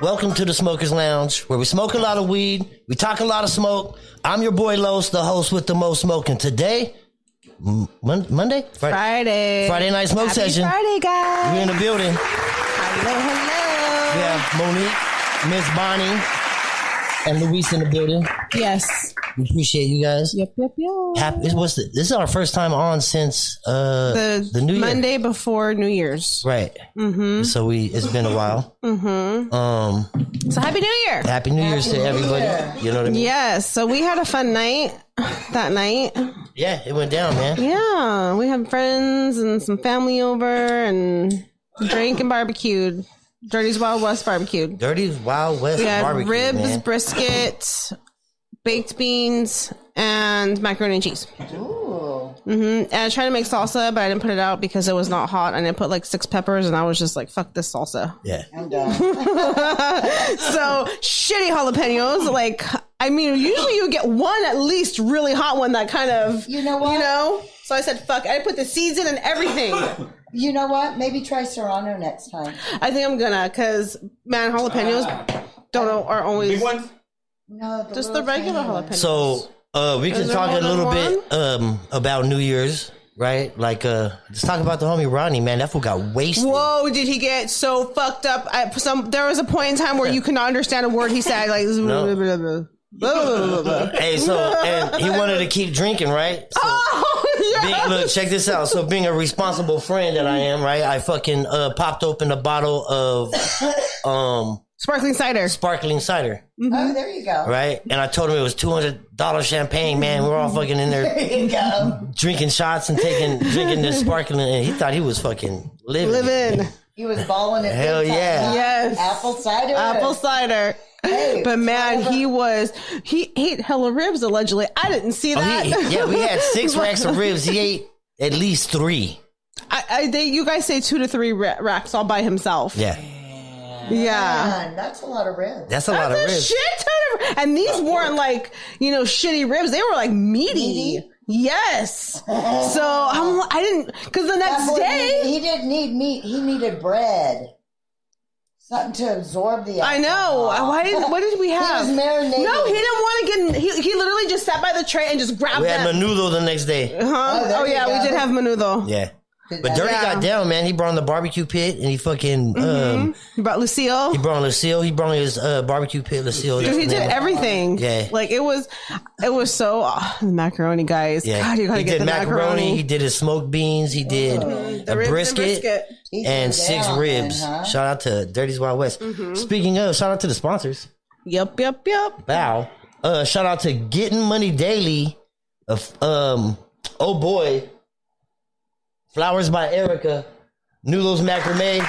Welcome to the Smokers Lounge, where we smoke a lot of weed, we talk a lot of smoke. I'm your boy Los, the host with the most smoking. Today, M- Mon- Monday, Friday. Friday night smoke Happy session. Friday, we guys. in the building. Hello, hello. We have Monique, Miss Bonnie, and Luis in the building. Yes. We appreciate you guys. Yep, yep, yep. Happy, it was the, this is our first time on since uh, the, The, New Year. Monday before New Year's. Right. Mm-hmm. So we it's been a while. Mm-hmm. Um, So happy New Year. happy New Year's to everybody. You know what I mean? Yes. So we had a fun night that night. Yeah, it went down, man. Yeah. We had friends and some family over and drank and barbecued. Dirty's Wild West barbecued. Dirty Wild West We had barbecue, ribs, man. brisket, baked beans, and macaroni and cheese. Mm-hmm. And I tried to make salsa, but I didn't put it out because it was not hot. And I put like six peppers, and I was just like, "Fuck this salsa." Yeah. So shitty jalapenos. Like, I mean, usually you get one at least really hot one that kind of You know what? you know. So I said, "Fuck!" I put the seeds in and everything. You know what? Maybe try Serrano next time. I think I'm gonna because man, jalapenos don't know, are always No, the just the little regular tiny one. jalapenos. So uh, we can there talk more a than little bit um, about New Year's, right? Like, uh, let's talk about the homie Ronnie, man. That fool got wasted. Whoa! Did he get so fucked up? I, some there was a point in time where you could not understand a word he said. Like, blah, blah, blah, blah, blah, blah. Hey, so and he wanted to keep drinking, right? So oh yeah. being, look, check this out. So being a responsible friend that I am, right? I fucking uh, popped open a bottle of um Sparkling cider. sparkling cider, Mm-hmm. Oh, there you go. right? And I told him it was two hundred dollar champagne, man. We're all fucking in there There you go. drinking shots and taking drinking this sparkling and he thought he was fucking living. Living. He was balling it. Hell big time, yeah. huh? Yes. Apple cider. Apple cider. Hey, But man, whatever. he was he ate hella ribs allegedly. I didn't see Oh, that. he- he- yeah, we had six racks of ribs. He ate at least three. I, I they, you guys say two to three ra- racks all by himself. Yeah, Yeah. Man, that's a lot of ribs. that's a lot of That's a ribs. shit ton of and these weren't like you know shitty ribs they were like meaty, Meaty? yes so I'm, i didn't because the That next boy day needed- he didn't need meat. He needed bread. Something to absorb the. I know. alcohol. Why did what did we have? was marinating. No, he didn't want to get. He, he literally just sat by the tray and just grabbed We had that. menudo the next day. huh? Oh, Oh, there you yeah, go. we did have menudo. Yeah. But Dirty Yeah. Mm-hmm. got down, man. He brought on the barbecue pit and he fucking um, You brought Lucille he brought on Lucille. He brought on his uh, barbecue pit Lucille. because he did Man. everything. Yeah. like it was, it was so oh, the macaroni guys. Yeah. God, you gotta he get did the macaroni. He did his smoked beans. He did a ribs and brisket, brisket. and, He did six that, ribs. man, huh? Shout out to Dirty's Wild West. Mm-hmm. Speaking of, shout out to the sponsors. Yep, yep, yep. Bow. Uh, shout out to Getting Money Daily. Of um, oh boy, Flowers by Erica, Nulo's Macrame,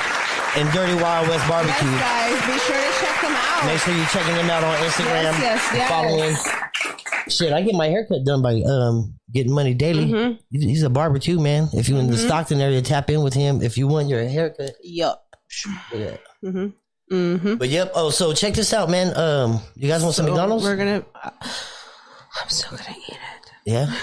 and Dirty Wild West Barbecue. guys, be sure to check them out. Make sure you're checking them out on Instagram. Yes, yes, yes. Following. Shit, I get my haircut done by um getting money daily. Mm-hmm. He's he's a barber too, man. If you're in the Stockton area, tap in with him if you want your haircut. Yup. Yeah. Mm-hmm. But yep. Oh, so check this out, man. Um, you guys want some McDonald's? We're gonna. I'm so gonna eat it. yeah.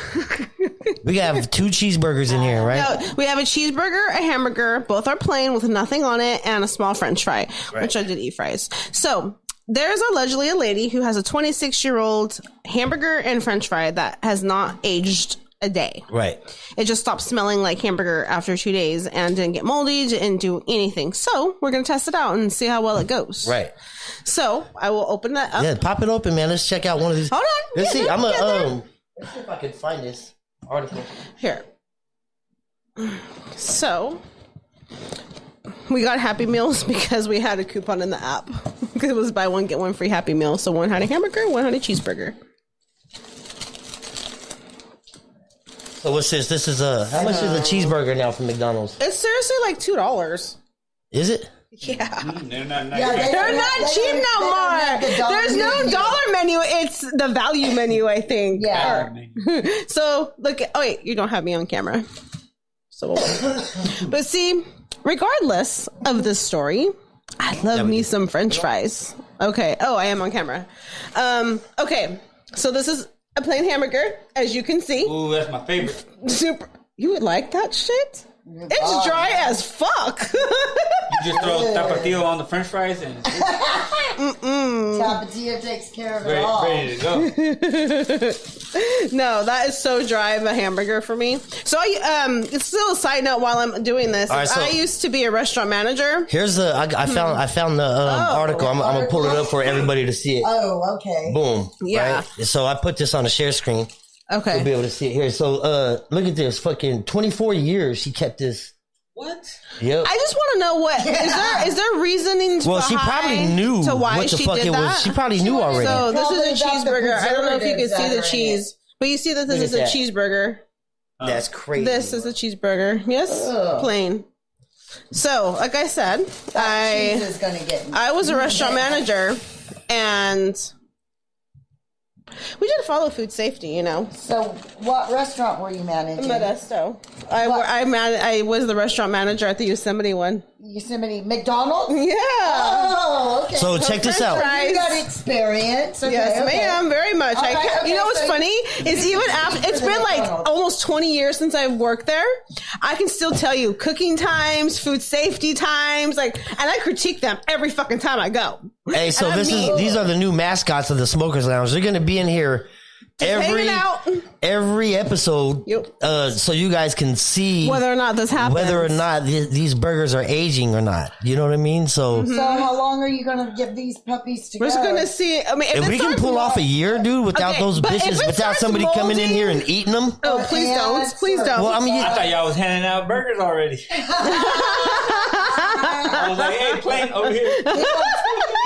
we gotta have two cheeseburgers in here, right? So Oh, we have a cheeseburger, a hamburger, both are plain with nothing on it, and a small french fry, which I did eat fries. So there's allegedly a lady who has a 26 year old hamburger and french fry that has not aged a day. Right. It just stopped smelling like hamburger after two days and didn't get moldy, didn't do anything. So we're gonna test it out and see how well it goes. Right. So I will open that up. Yeah, pop it open, man. Let's check out one of these. Oh. Hold on. Let's Yeah, see. I'm yeah, a um. Let's see if I can find this article. Here. So we got Happy Meals because we had a coupon in the app. 'Cause it was buy one get one free Happy Meal. So one had a hamburger, one had a cheeseburger. So what's this? This is a how much is Uh, a cheeseburger now from McDonald's? It's seriously like two dollars. Is it? Yeah. Mm, They're not nice. Yeah, they- They're don't not have- they cheap don't- no they don't more. have the dollar There's no menu. dollar menu. It's the value menu, I think. Yeah. So look at, oh wait, you don't have me on camera. So we'll But see, regardless of this story, I love me some french fries. Okay. Oh, I am on camera. Um, okay. So this is a plain hamburger, as you can see. Ooh, that's my favorite. Super you would like that shit? It's God. dry as fuck. You just throw tapatio on the French fries and it's Tapatio takes care of it ready, all. ready to go. No, that is so dry of a hamburger for me. So I um it's still a side note while I'm doing this. All right, is so- I used to be a restaurant manager. Here's the I, I found I found the um, Oh. article. I'm, I'm gonna pull it up for everybody to see it. Oh, okay. Boom. Yeah. Right? So I put this on a share screen. You'll be Okay. able to see it here. So uh look at this. Fucking 24 years she kept this. What? Yep. I just want to know what is there is there reasoning well, she probably behind knew to why what the she fuck did it that? was. She probably knew already. so this Probably is a about the cheeseburger. I don't know if you can see the preservatives that are in cheese, but you see that Look this is at a that. cheeseburger. That's crazy. This is a cheeseburger. Yes, Ugh. plain. So, like I said, I Cheese is gonna get. I was a restaurant manager, and we did follow food safety. You know, so, what restaurant were you managing? Modesto. I wor- I man, I was the restaurant manager at the Yosemite one. Yosemite McDonald's. Yeah. Oh, okay. so check this French out. fries. you got experience. Okay, Yes, okay. ma'am. Very much. I Okay, can't, you okay, know what's so- funny is even after it's been like almost twenty years since I've worked there. I can still tell you cooking times, food safety times, like, and I critique them every fucking time I go. Hey, so And I this mean- is these are the new mascots of the Smokers Lounge. They're gonna be in here every hanging out. every episode, Yep. uh, so you guys can see Whether or not this happens, whether or not th- these burgers are aging or not. You know what I mean? So Mm-hmm. So, how long are you gonna give these puppies to we're go? just gonna see. I mean, if, if it we can starts pull off a mold- year, dude, without Okay, those but if bitches, it without starts somebody coming in here and eating them. oh, please don't, please don't. Well, I mean, I you- thought y'all was handing out burgers already. I was like, hey, plane over here.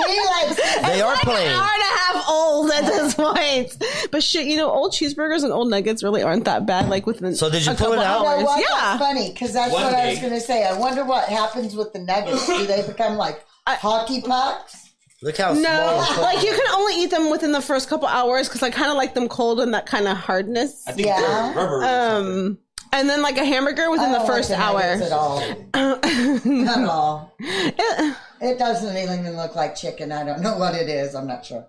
He likes they are an playing. hour and a half old at this point. But shit, you know, old cheeseburgers and old nuggets really aren't that bad. Like within So did you a pull it couple out? You know hours. what? Yeah. That's funny because that's One what I was day. going to say. I wonder what happens with the nuggets. Do they become like hockey pucks? Look how No, small. like you can only eat them within the first couple hours because I kind of like them cold and that kind of hardness. I think Yeah. they're rubber. Um, and then like a hamburger I within the Oh, don't first like the nuggets hour. at all. Not at all. It doesn't even look like chicken. I don't know what it is. I'm not sure.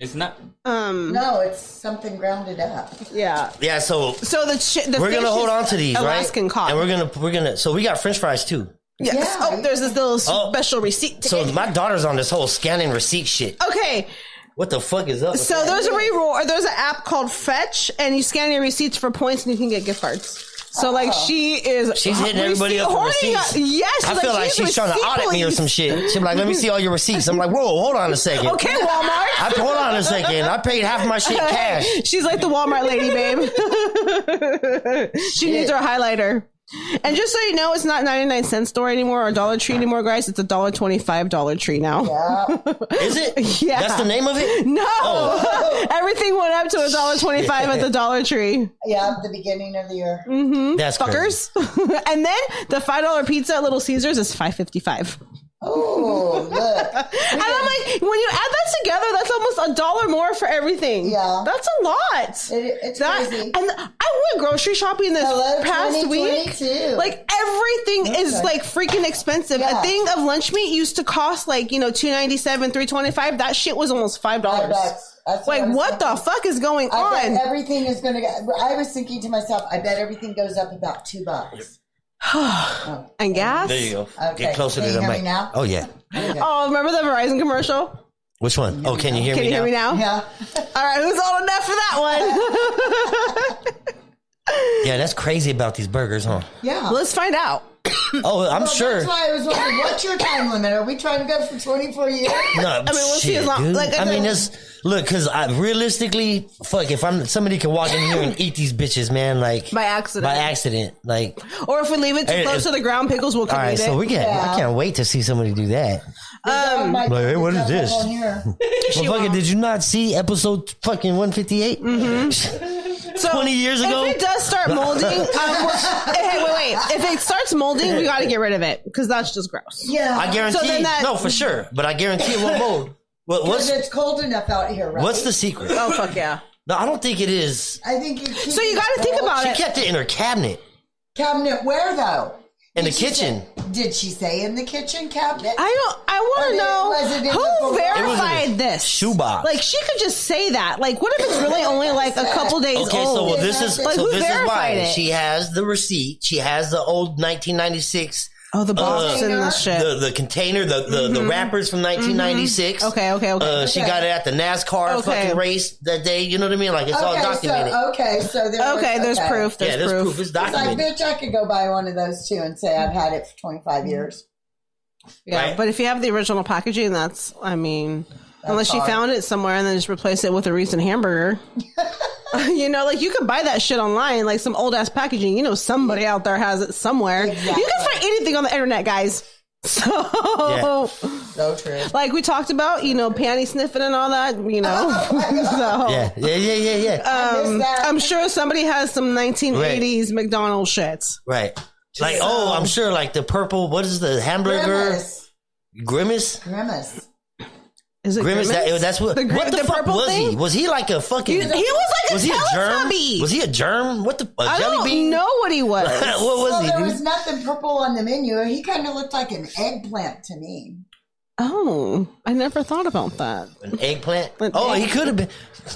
it's not. Um, No, it's something grounded up. yeah. Yeah, so So the chi- the we're fish gonna hold is on to these, Alaskan right? cod. And we're gonna we're gonna. So we got French fries too. yes. Yeah. Oh, there's this little Oh. special receipt. So ticket. my daughter's on this whole scanning receipt shit. okay. What the fuck is up? with Oh. So that? there's a reward. There's an app called Fetch, and you scan your receipts for points, and you can get gift cards. Uh-huh. So like she is, She's hitting everybody up with hoarding receipts. up- Yes, I feel like she's trying to receipt audit me or police. some shit. She's like, let me see all your receipts. I'm like, whoa, hold on a second. Okay, Walmart. I hold on a second. I paid half my shit cash. She's like the Walmart lady, babe. she needs her highlighter. And just so you know, it's not 99 cent store anymore or Dollar Tree anymore, guys. It's a dollar 25 Dollar Tree now. Yeah. Is it? Yeah. That's the name of it? No, everything went up to a dollar 25 at the Dollar Tree. Yeah, at the beginning of the year. Mm. That's crazy. Mm-hmm. Fuckers. and then the $5 pizza at Little Caesars is 5.55. Oh, look. And I'm like, when you add that together, that's almost a dollar more for everything. Yeah. That's a lot. It, it's That crazy. and I went grocery shopping this Hello, past week. 2022. Like everything is Okay. like freaking expensive. A Yeah. thing of lunch meat used to cost like you know two ninety seven, three twenty five. That shit was almost five Five dollars. bucks. That's I Like was what the thinking. fuck is going I on? bet everything is going to go. I was thinking to myself, I bet everything goes up about two bucks. and gas. There you go. Okay. Get closer Can to the you hear me mic. now? Oh, yeah. Oh, remember the Verizon commercial? Which one? Oh, can you hear Can me you now? hear me now? Yeah. All right, who's old enough for that one? Yeah, that's crazy about these burgers, huh? Yeah. Let's find out. Oh, I'm Well, sure. That's why I was wondering, what's your time limit? Are we trying to go for 24 years? No, mean, we'll see shit, as long- dude. like, I I mean, know- this look because I realistically, fuck, if I'm somebody can walk in here and eat these bitches, man, like By accident. by accident, like. Or if we leave it too Hey, close if- to the ground, pickles will come All right, eat so it. we can't. I can't wait to see somebody do that. Um, like, hey, what is this? Well, fucking, won't. Mm-hmm. did you not see episode fucking 158? So 20 years ago? If it does start molding, um, we're- hey, wait, wait. If it starts molding, we got to get rid of it because that's just gross. Yeah. I guarantee. then that- no, for sure, but I guarantee it won't mold. What, what's Because it's cold enough out here, right? what's the secret? Oh fuck yeah! No, I don't think it is. I think you keep So you got to think about She it. kept it in her cabinet cabinet where though? in the Did she kitchen. say- did she say in the kitchen cabinet? I don't. I I mean, want was it to in know the who box? It was in the verified this shoebox. Like she could just say that. Like, what if it's really only like a couple days Okay, old? so well, this is Like, so who this is why verified it? she has the receipt. She has the old 1996 oh, the box uh, and the shit. the the container the the, the wrappers from 1996. Mm-hmm. okay, okay, okay. Uh, she got it at the NASCAR Okay. fucking race that day. You know what I mean? Like it's all okay, documented. so okay, so there okay, was, there's proof. There's yeah, there's proof. proof. It's It's like, documented. bitch, I could go buy one of those too and say I've had it for 25 years. Yeah, Mm-hmm. Right. but if you have the original packaging, that's I mean, unless you hard. found it somewhere and then just replace it with a recent hamburger. you know, like you can buy that shit online, like some old ass packaging. You know, somebody out there has it somewhere. You can find anything on the internet, guys. So, So true. like we talked about, you know, panty sniffing and all that. You know, so yeah, yeah, yeah, yeah, yeah. Uh, Is that- Um, I'm sure somebody has some 1980s McDonald's shit. right. Like oh, I'm sure. Like the purple. What is the hamburger grimace. grimace? Grimace. Is it Grimace. grimace? That, that's what. The gri- what the, the fuck purple was he? thing? Was he like a fucking? he was like a was he a germ? Teletubby. Was he a germ? What the? A I jelly don't bean? know what he was. what was Well, he? there Dude? was nothing purple on the menu. He kind of looked like an eggplant to me. Oh, I never thought about that. An eggplant? An oh, egg- he could have been.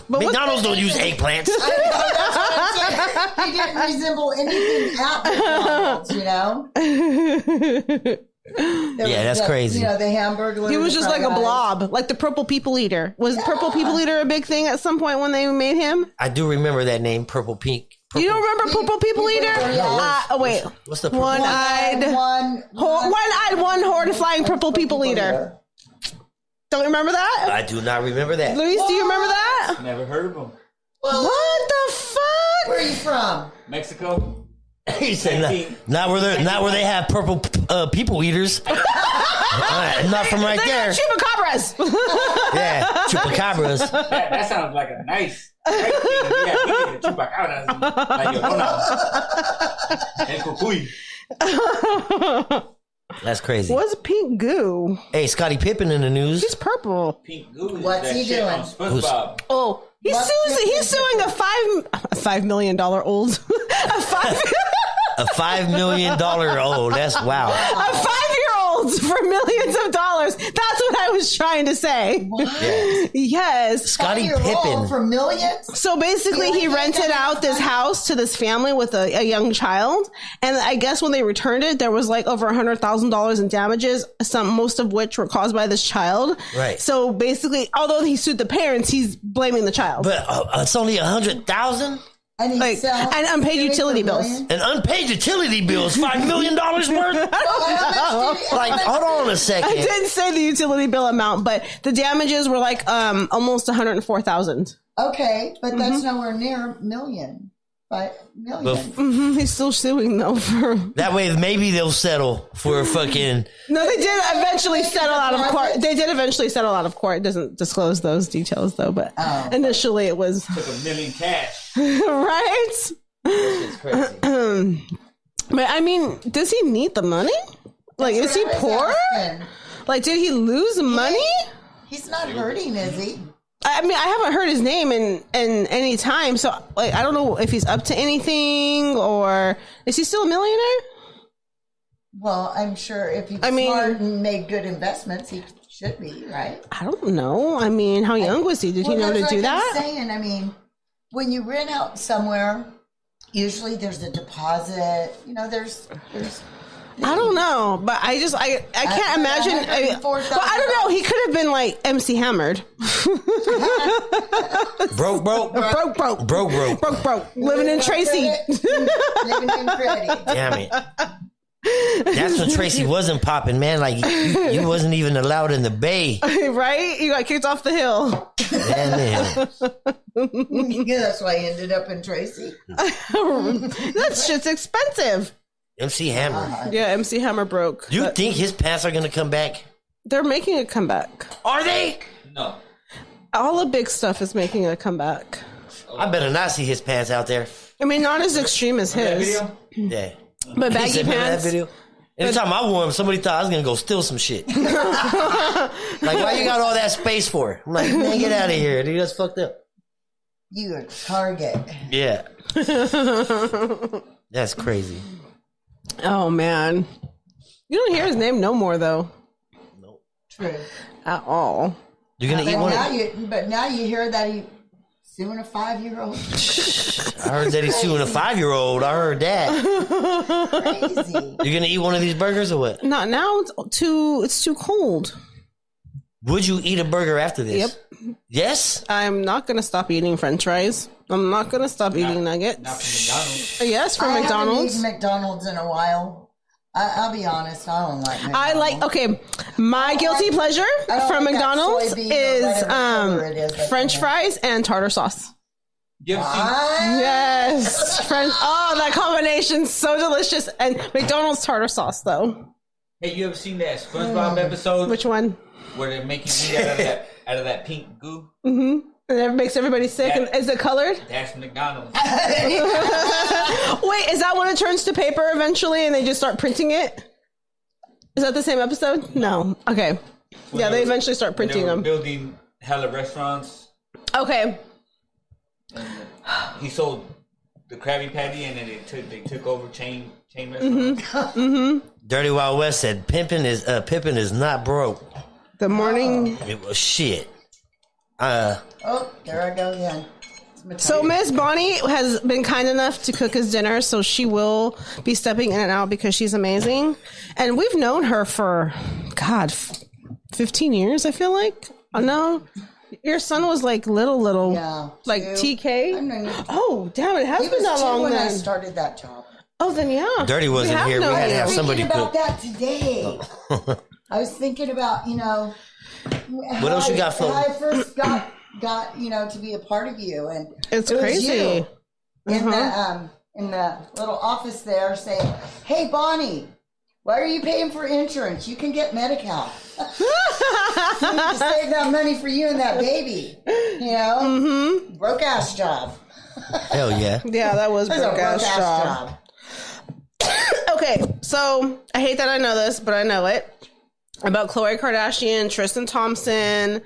what- McDonald's don't use eggplants. Oh, he didn't resemble anything at McDonald's, you know? There Yeah, was that's the- crazy. You know, the hamburger. He was just like a blob, like the Purple People Eater. Was Purple People Eater a big thing at some point when they made him? I do remember that name, Purple Pink. Purple, You don't remember People- Purple People People Eater? Eater, yeah. Uh, oh, wait. What's the purple- one-eyed, One. ho- one-eyed, one-horned flying Purple People Eater? Don't you remember that, I do not remember that. Luis? Do you remember that? Never heard of them. What the fuck? Where are you from? Mexico. He said, not, not where they not where they have purple uh, people eaters. All right, not from right They there. got chupacabras. Yeah, chupacabras. That, that sounds like a nice. great thing. Yeah, we need a chupacabras and La Llorona. El Cucuy. That's crazy. What's pink goo? Hey, Scottie Pippen in the news. It's purple. Pink goo is What's that he shit doing? on SpongeBob. Oh, he's What suing. pink He's is suing a five a five million dollar old a five. A five million dollar. Oh, that's wow. a five year old for millions of dollars. That's what I was trying to say. Yes. Scottie Five-year-old Pippen. For millions? So basically, he rented out this house to this family with a, a young child, and I guess when they returned it, there was like over a hundred thousand dollars in damages, some most of which were caused by this child. Right. So basically, although he sued the parents, he's blaming the child. But uh, it's only a hundred thousand And he Like, sells and unpaid three for utility a bills. million? and unpaid utility bills. Five million dollars worth. Oh, How much did he- Like, hold on a I second. didn't say the utility bill amount, but the damages were like um almost one hundred four thousand. Okay, but mm-hmm. that's nowhere near million. But million. He's still suing though for That way, maybe they'll settle for a fucking. No, they did eventually settle out of deposit. court. They did eventually settle out of court. It doesn't disclose those details though, but initially it was Took a million cash. right. It's crazy. But I mean, does he need the money? Like, is he What is poor? happening? Like, did he lose money? He's not hurting, is he? I I mean, I haven't heard his name in in any time, so like, I don't know if he's up to anything or is he still a millionaire? Well, I'm sure if he's I mean- smart and made good investments, he should be right. I don't know. I mean, how young was he? Did he know that's to like do I'm that? saying, I mean, when you rent out somewhere, usually there's a deposit. You know, there's there's I don't know, but I just I I can't imagine. I, well, I don't know. He could have been like MC Hammered, Broke, broke, broke, broke, broke, broke. broke, broke, living in Tracy. Living in Freddy. Damn it. That's when Tracy wasn't popping, man. Like you, you wasn't even allowed in the bay. right? You got kicked off the hill. Damn it. yeah, that's why I ended up in Tracy. that shit's expensive. MC Hammer. Yeah, MC Hammer broke. Do you But think his pants are gonna come back? they're making a comeback. Are they? No. All the big stuff is making a comeback. I better not see his pants out there. I mean, not as extreme as That his, video? Yeah. but You baggy said, "Remember pants. That video? Anytime I wore them, somebody thought I was gonna go steal some shit. like, why you got all that space for? I'm like, man, get out of here, dude. That's fucked up. You a target. Yeah. That's crazy. Oh man, you don't hear his name no more though, True. at all. You're gonna But eat one. now Of, you, but now you hear that he suing a five-year-old. I heard that he's suing a five year old. I heard that. Crazy. You're gonna eat one of these burgers or what? Not now. It's too. It's too cold. Would you eat a burger after this? Yep. Yes. I'm not gonna stop eating French fries. I'm not gonna stop eating nuggets. Uh, Not from McDonald's. Yes, from I McDonald's. haven't eaten McDonald's in a while. I, I'll be honest, I don't like. McDonald's. I like okay. My guilty pleasure I don't from think that McDonald's soybean or is whatever um color it is that's French in it. fries and tartar sauce. You ever seen- I, Yes, French. Oh, that combination's so delicious. And McDonald's tartar sauce though. Hey, you ever seen that SpongeBob episode Which one? where they make you eat out of that out of that pink goo? And it makes everybody sick. And is it colored? That's McDonald's. Wait, is that when it turns to paper eventually and they just start printing it? Is that the same episode? No. Okay. Yeah, they eventually start When they printing were them. Building hella restaurants. Okay. He sold the Krabby Patty, and then they took they took over chain chain Mm-hmm. restaurants. Dirty Wild West said pimping is uh, pimping is not broke. The morning. It was shit. Uh, oh, there I go again. It's my So target. Miss Bonnie has been kind enough to cook his dinner, so she will be stepping in and out because she's amazing. And we've known her for God, f- fifteen years. I feel like. Oh no, your son was like little, little, Yeah, like two. I TK. don't know. Oh damn, it has He been was that two long when I then. started that job. Oh then yeah, Dirty wasn't have here. We known had to you. have some- Somebody thinking about could- that today. I was thinking about you know What else you got, Flo? for? I first got got you know to be a part of you, and It's it was crazy. you in the Mm-hmm. um, in the little office there saying, "Hey, Bonnie." Why are you paying for insurance? You can get Medi-Cal. you need to save that money for you and that baby. You know, Mm-hmm. broke ass job. hell yeah. Yeah, that was That's a broke ass job. job. Okay, so I hate that I know this, but I know it. About Khloe Kardashian, Tristan Thompson,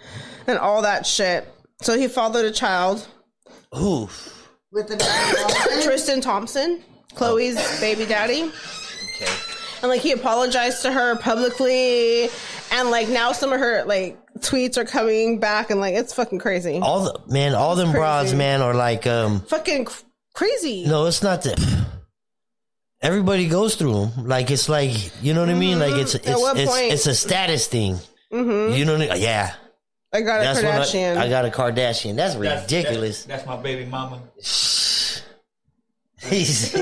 and all that shit. So he fathered a child, Ooh. With the Tristan Thompson, Chloe's baby daddy. Okay. And like he apologized to her publicly. And like now some of her like tweets are coming back and like it's fucking crazy. All the man, all them broads, man, are like um. Fucking cr- crazy. No, it's not that. Everybody goes through them. Like it's like you know what I mean. Like it's it's Mm-hmm. what it's, point? it's a status thing. You know what I mean? Yeah. I got a That's what Kardashian. I, I got a Kardashian. That's That's- ridiculous. That's, that's my baby mama. He's-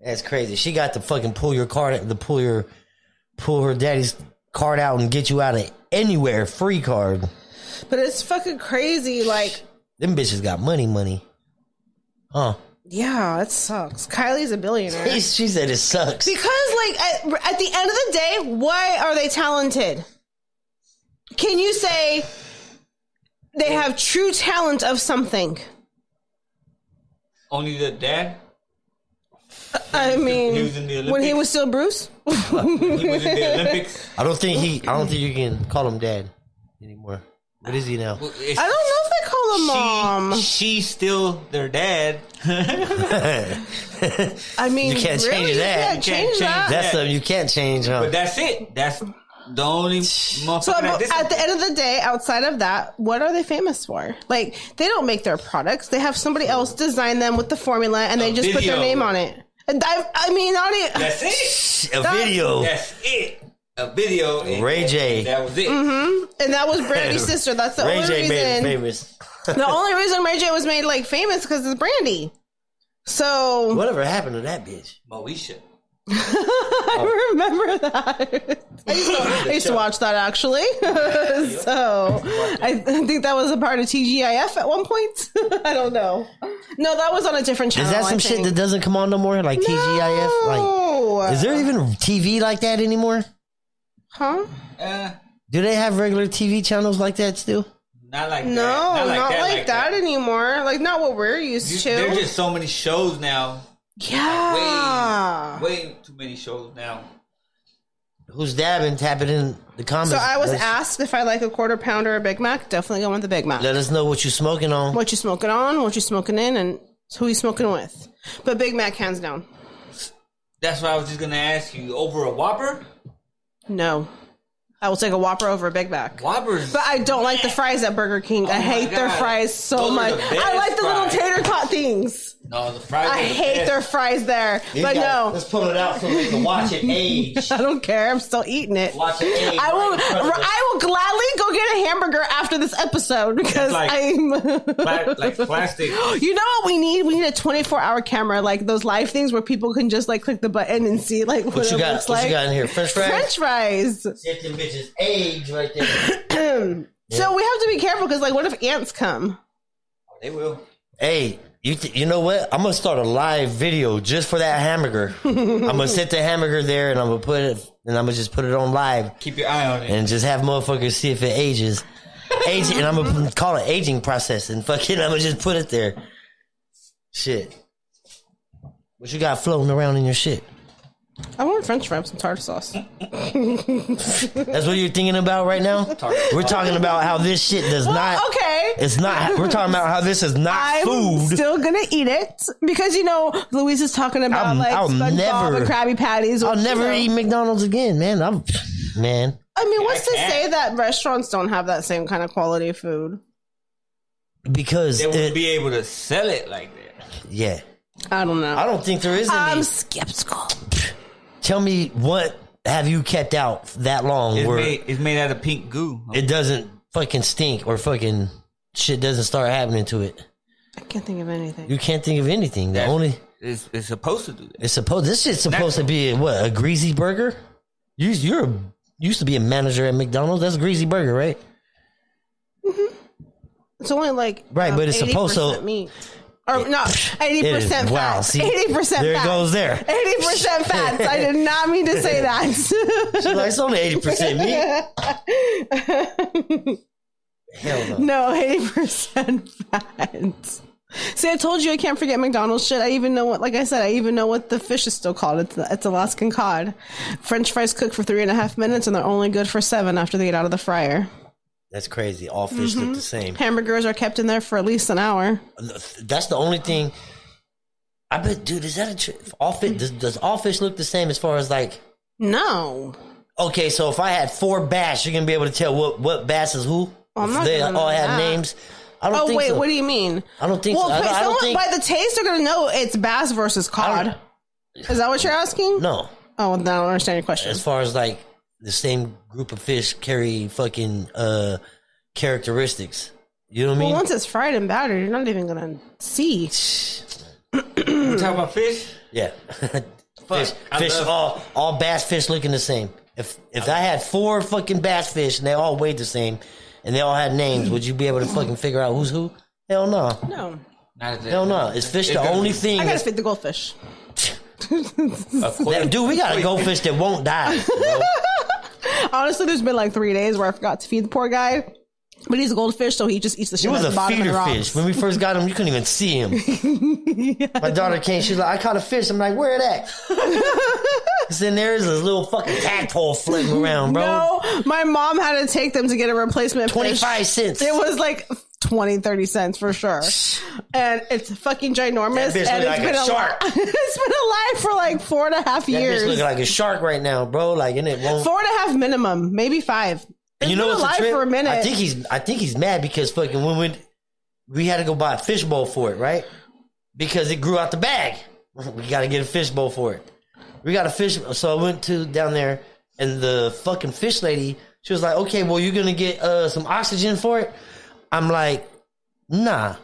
that's crazy. She got to fucking pull your card, the pull your, pull her daddy's card out and get you out of anywhere free card. but it's fucking crazy. Like Them bitches got money, money. Huh? yeah, it sucks. Kylie's a billionaire. She, she said it sucks. Because, like, at, at the end of the day, why are they talented? Can you say they have true talent of something? Only the dad. I mean, he was in the when he Olympics? was still Bruce? He was in the Olympics. I don't think he. I don't think you can call him dad anymore. What is he now? I don't know if they call him She- mom. She's still their dad. I mean, You can't change really, that. You You can't, can't change change that. That's something you can't change, huh? But that's it. That's the only motherfucker. So that but this at the end of the day, outside of that, what are they famous for? Like they don't make their products; they have somebody else design them with the formula, and they A just put their video. name on it. I, I mean, not e- even. That's it. A video. That's it. A video. and Ray J. That was it. Mm-hmm. And that was Brandy's sister. That's the Ray only J made it reason. famous. the only reason Ray J was made like famous because it's Brandy. So Whatever happened to that bitch? Moesha. I remember that. I used to, I used to watch that actually. so I I think that was a part of TGIF at one point. I don't know. No, that was on a different channel. Is that I some shit think. that doesn't come on no more? Like TGIF? No. Like, is there even TV like that anymore? Huh? Uh, Do they have regular TV channels like that still? not like No, that. not, like, that, anymore. Like not what we're used You- to. There's just so many shows now. yeah. Way too many shows now. Who's dabbing, tapping in the comments? so I was Let's- asked if I like a quarter pound or a Big Mac. Definitely going with the Big Mac. Let us know what you smoking on. what you smoking on, what you smoking in, and who you smoking with. But Big Mac hands down. That's what I was just gonna ask you. Over a Whopper? No. I will take a Whopper over a Big Mac. Whoppers. But I don't like the fries at Burger King. I Oh my hate their God. fries so Those are much. the I like the little best fries. tater tot things. no, the fries. I are the hate best. their fries there. but no, Let's pull it out so we can watch it age. I don't care. I'm still eating it. Watch it age I will. right in front of us. I will gladly go get a hamburger after this episode because like- I'm. Pla- like plastic. You know what we need? We need a 24 hour camera, like those live things where people can just like click the button and see like what, What it you got? looks What like. you got in here? French fries? French fries. Shit, them bitches age right there. So we have to be careful because like, what if ants come? They will. hey, you th- you know what? I'm gonna start a live video just for that hamburger. I'm gonna set the hamburger there and I'm gonna put it and I'm gonna just put it on live Keep your eye on it. and just have motherfuckers see if it ages. Age and I'm gonna call it aging process and fucking I'm gonna just put it there. Shit. What you got floating around in your shit? I want French fries and tartar sauce. That's what you're thinking about right now. We're talking about how this shit does not. okay. It's not. We're talking about how this is not I'm food. still gonna eat it because you know Louise is talking about I'm- like I'll SpongeBob never- and Krabby Patties. I'll which, you never know- eat McDonald's again, man. I'm man. I mean, what's to can't. say that restaurants don't have that same kind of quality food? Because They won't it, be able to sell it like that. yeah, I don't know. I don't think there is any. I'm skeptical. Tell me what have you kept out that long It's where made, it's made out of pink goo. it doesn't fucking stink or fucking shit doesn't start happening to it. I can't think of anything. You can't think of anything. The That's- only It's, it's supposed to do that. it's supposed this shit's supposed to be what a greasy burger. You you're a, used to be a manager at McDonald's. That's a greasy burger, right? It's only like Right, um, but it's supposed to- 80% meat. Or no, eighty It is. percent Wow, fat. see, Eighty percent. there it goes there. Eighty percent fat. I did not mean to say that. She's like, it's only eighty percent meat. Hell no. no, eighty percent fat. See, I told you I can't forget McDonald's shit. I even know what, like I said, I even know what the fish is still called. It's, it's Alaskan cod. French fries cook for three and a half minutes, and they're only good for seven after they get out of the fryer. That's crazy. All fish Mm-hmm. look the same. Hamburgers are kept in there for at least an hour. That's the only thing. I bet, dude, is that a tr- all fish? Does, does all fish look the same as far as like? No, Okay, so if I had four bass, you're gonna be able to tell what what bass is who. Well, I'm If not they gonna all know have that. names. I don't Oh think wait, so. what do you mean? I don't think Well, so. I, but I don't someone- think. by the taste, they're gonna know it's bass versus I cod. Is that what you're asking? No, Oh, well, then I don't understand your question. as far as like the same group of fish carry fucking uh characteristics. You know what I Well, mean? once it's fried and battered, you're not even gonna see. You talking about fish? Yeah. Fuck, fish, I fish love- all all bass fish looking the same. If if I had four fucking bass fish and they all weighed the same and they all had names, would you be able to fucking figure out who's who? Hell no. No, Not that- Hell no. Is fish It's the gonna only be- thing I gotta that's, feed the goldfish. Of course. that, dude, we got a goldfish that won't die. bro. Honestly, there's been like three days where I forgot to feed the poor guy, but he's a goldfish, so he just eats the He shit was at a the bottom of the feeder rocks. fish. When we first got him, you couldn't even see him. My daughter came, she's like, I caught a fish. I'm like, where it at? it's in there, there's this little fucking tadpole floating around, bro. No, my mom had to take them to get a replacement. fish. 25 cents. It was like 20, 30 cents for sure. And it's fucking ginormous. That bitch and look it's like a been shark. Alive, it's been alive for like four and a half that years. bitch looking like a shark right now, bro. Like, and it won't. four and a half minimum, maybe five. And you It's know been what's alive the trip? for a minute. I think he's I think he's mad because fucking when we we had to go buy a fishbowl for it, right? Because it grew out the bag. We gotta get a fishbowl for it. We got a fish. So I went to down there, and the fucking fish lady, she was like, "Okay, well, you're gonna get uh, some oxygen for it." I'm like, "Nah."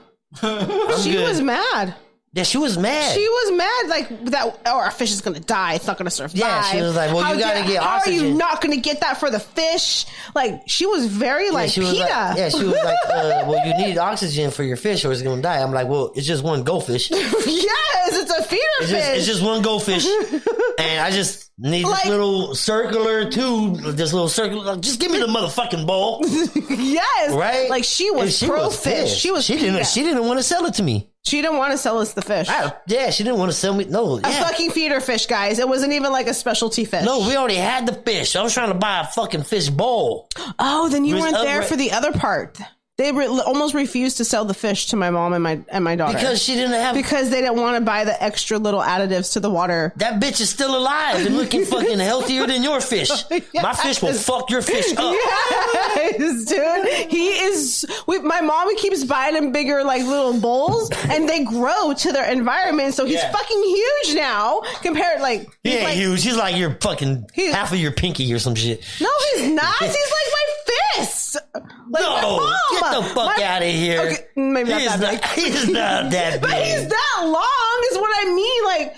I'm She good. was mad. yeah, she was mad. She was mad like that. Oh, our fish is gonna die. It's not gonna survive. Yeah, she was like, well, you gotta da- get How are you oxygen. not gonna get that for the fish? Like she was very Yeah, like she PETA. was like, yeah, she was like, uh, "Well, you need oxygen for your fish, or it's gonna die." I'm like, "Well, it's just one goldfish. It's yes, it's a feeder fish. just, it's just one goldfish, and I just need Like- this little circular tube, this little circular. Just give me the motherfucking bowl, yes, right? Like she was And pro fish. pissed. She was. She didn't. PETA. She didn't want to sell it to me. She didn't want to sell us the fish. I, yeah, she didn't want to sell me. No, a yeah. fucking feeder fish, guys. It wasn't even like a specialty fish. no, we already had the fish. I was trying to buy a fucking fish bowl. Oh, then It you was weren't there upright. for the other part. They re- almost refused to sell the fish to my mom and my and my daughter Because she didn't have Because they didn't want to buy the extra little additives to the water. that bitch is still alive and looking fucking healthier than your fish. My fish will fuck your fish up. Yes, dude. He is. We, my mom keeps buying him bigger, like little bowls, and they grow to their environment. So he's Yeah. fucking huge now compared, like He he's ain't like, huge. He's like your fucking He- half of your pinky or some shit. No, he's not. He's like my fist. Like my no, palm. get the fuck My- out of here. Okay, maybe not he is that big. not, he's not that But he's big. that long, is what I mean. Like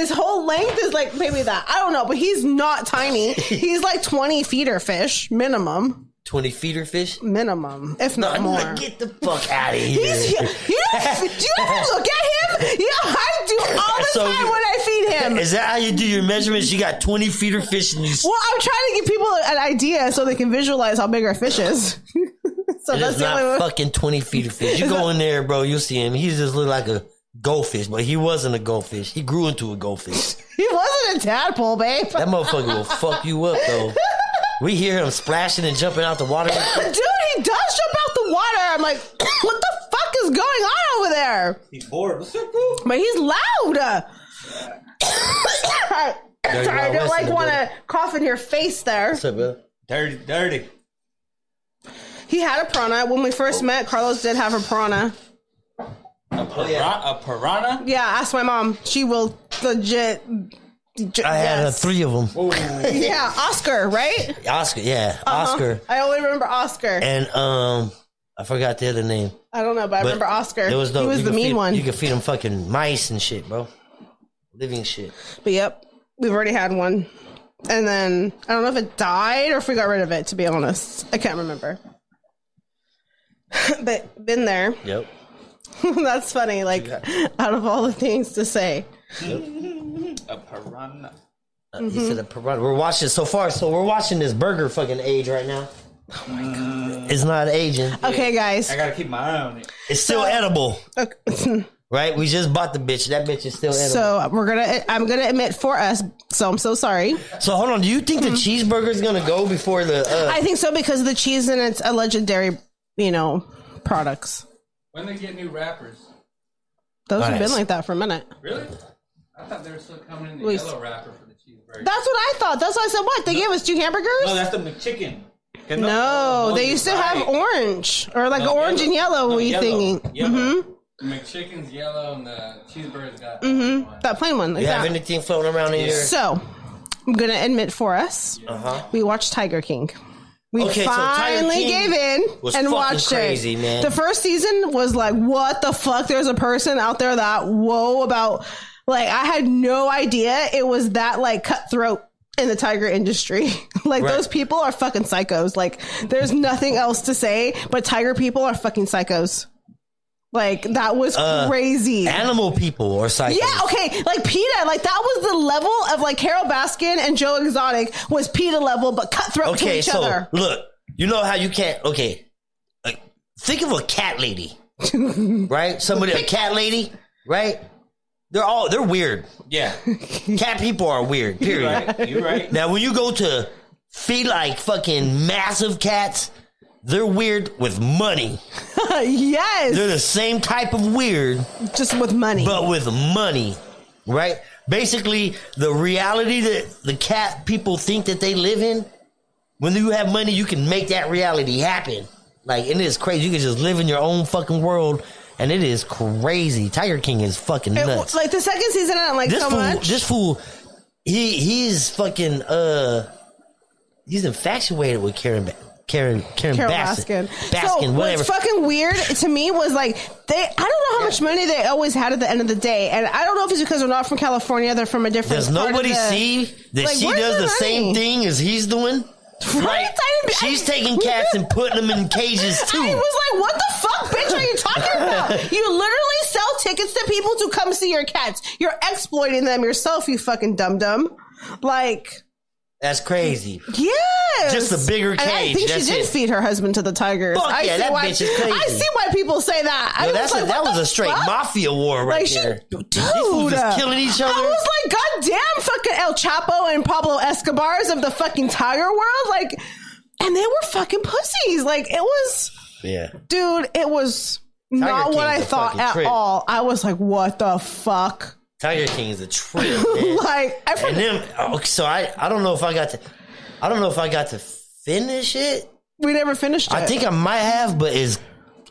his whole length is like maybe that. I don't know, but he's not tiny. He's like twenty feeder fish minimum, Twenty feeder fish. minimum, if No, not I'm more. like, get the fuck out of He's, here. you, don't- do you ever look at him? Yeah, I do all the So time you- when I feed him. Is that how you do your measurements? You got twenty feeder fish and you. Well, I'm trying to give people an idea so they can visualize how big our fish is. so that's It's the only way. not fucking twenty feeder fish. You go in there, bro. You see him. He just look like a goldfish, but he wasn't a goldfish. He grew into a goldfish. He wasn't a tadpole, babe. That motherfucker will fuck you up though. We hear him splashing and jumping out the water. Dude, he does jump out the water. I'm like, what the fuck is going on over there? He's bored. What's up, bro? But he's loud. Sorry, you are, I don't like listen, want dude. to cough in your face there. What's up, bro? Dirty, dirty. He had a piranha. When we first met, Carlos did have a piranha. A, pira- a piranha? Yeah, ask my mom. She will legit. j- I had uh, yes. three of them. Ooh. Yeah, Oscar, right? Oscar, yeah, Uh-huh. Oscar, I only remember Oscar. and um, I forgot the other name. I don't know, but I But remember Oscar. It was dope. he was You the could mean feed- one. You could feed him fucking mice and shit, bro. Living shit. But yep, we've already had one. And then I don't know if it died or if we got rid of it, to be honest. I can't remember. but been there. Yep. That's funny. Like, out of all the things to say, A piranha. Uh, Mm-hmm. He said a piranha. We're watching so far. So we're watching this burger fucking age right now. Oh my god! It's not aging. okay, guys. I gotta keep my eye on it. It's still edible, Okay. right? We just bought the bitch. That bitch is still edible. So we're gonna. I'm gonna admit for us. So I'm so sorry. So hold on. Do you think Mm-hmm. the cheeseburger is gonna go before the? Uh, I think so because of the cheese and its a legendary, you know, products. When they get new rappers, Those have Nice. been like that for a minute. really? I thought they were still coming in the Least- yellow wrapper for the cheeseburger. That's what I thought. That's why I said what they gave us two hamburgers. No, Oh, that's the McChicken. Cause No, oh, they you're used to have right. orange or like No, orange and yellow. No, we yellow. thinking Yellow. Mm-hmm. The McChicken's yellow and the cheeseburger's got one. that plain one? you have Exactly. anything floating around in here? So I'm gonna admit for us, Uh-huh. we watched Tiger King. We Okay, so Tiger finally King gave in was and fucking watched crazy, it. man. The first season was like, what the fuck? There's a person out there that whoa about. Like I had no idea it was that like cutthroat in the tiger industry. like Right. those people are fucking psychos. Like there's nothing else to say, but tiger people are fucking psychos. Like that was Uh, crazy. Animal people or psychos? Yeah, okay. Like PETA, like that was the level of like Carol Baskin and Joe Exotic was PETA level, but cutthroat to Okay, each so other. look, you know how you can't. Okay, like, think of a cat lady, right? Somebody, a cat lady, right? They're all they're weird. Yeah, Cat people are weird. Period. you're right. You're right. Now, when you go to feed like fucking massive cats, they're weird with money. yes, They're the same type of weird, just with money. but with money, right? Basically, the reality that the cat people think that they live in, when you have money, you can make that reality happen. Like, and it's crazy. You can just live in your own fucking world and it is crazy. Tiger King is fucking It- nuts. like the second season, I don't like this so fool, much. this fool, he he's fucking uh, he's infatuated with Karen, Ba- Karen, Karen, Carol Baskin, Baskin. Baskin, so whatever. what's fucking weird to me was like they. I don't know how much money they always had at the end of the day, and I don't know if it's because they're not from California, they're from a different. does part of nobody the- see that Like, she where's does the the same money? thing as he's doing? Right? Like, I didn't- I- she's taking cats and putting them in cages too. I was like, what the fuck, bitch, are you talking about? You literally sell tickets to people to come see your cats. You're exploiting them yourself, you fucking dum dum. Like, That's crazy. yes. Just a bigger And I cage, think that's she did it. feed her husband to the tigers. Fuck I yeah, see that why, bitch is crazy. I see why people say that. I Yo, was that's like, a, what that was the a straight fuck? mafia war right like she, there. dude, fools is killing each other. I was like, God damn, fucking El Chapo and Pablo Escobar's of the fucking tiger world, like, and they were fucking pussies. Like it was, Yeah. dude, it was not King's what I a thought fucking at trip. all. I was like, what the fuck? Tiger King is a trip, man. like, I and forgot then, oh, so I, I don't know if I got to, I don't know if I got to finish it. we never finished it. I think I might have, but is,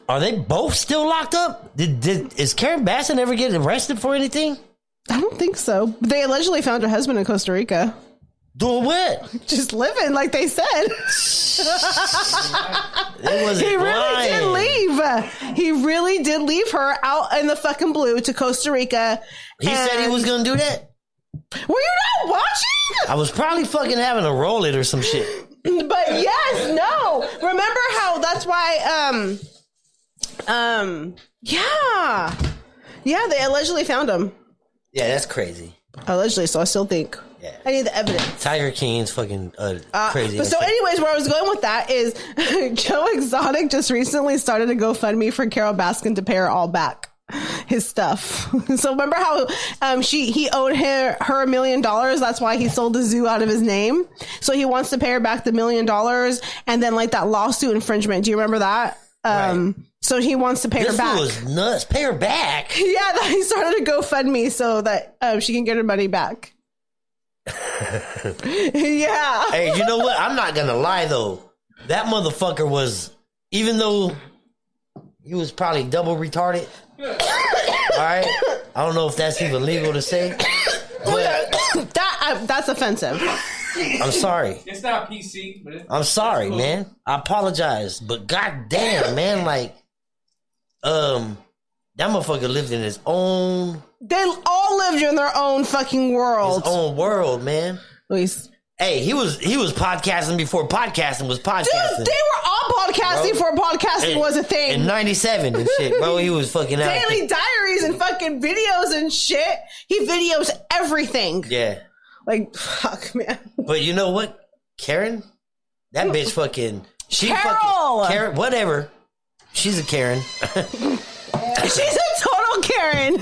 are they both still locked up? Did, did is Karen Basson ever get arrested for anything? I don't think so. They allegedly found her husband in Costa Rica, Doing what? just living like they said. It wasn't He really did lying. leave. He really did leave her out in the fucking blue to Costa Rica. He said he And- was gonna do that. Were you not watching? I was probably fucking having a roll it or some shit. But yes, no. Remember how that's why um um yeah. Yeah, they allegedly found him. Yeah, that's crazy. Allegedly, so I still think Yeah. I need the evidence. Tiger King's fucking uh, Uh, crazy. But so, anyways, where I was going with that is Joe Exotic just recently started a GoFundMe for Carol Baskin to pay her all back his stuff. so remember how um, she he owed her her a million dollars. That's why he sold the zoo out of his name. So he wants to pay her back the million dollars, and then like that lawsuit infringement. Do you remember that? Um, So he wants to pay this her fool back. is nuts. Pay her back. yeah, that he started a GoFundMe so that um, she can get her money back. yeah. hey, you know what? I'm not gonna lie though. That motherfucker was, even though you was probably double retarded. all right, I don't know if that's even legal to say, but that I, that's offensive. I'm sorry. It's not PC, but it's I'm sorry, man. I apologize, but goddamn, man, like, um, that motherfucker lived in his own They all lived in their own fucking his world. own world, man. Luis. Hey, he was he was podcasting before podcasting was Dude, podcasting. they were all podcasting Bro. before podcasting Hey, was a in thing. '97 and shit, bro. He was fucking out. Daily diaries and fucking videos and shit. He videos everything. Yeah, Like fuck, man. but you know what, Karen, that bitch fucking she Carol! fucking Karen, whatever. She's a Karen. She's a total Karen.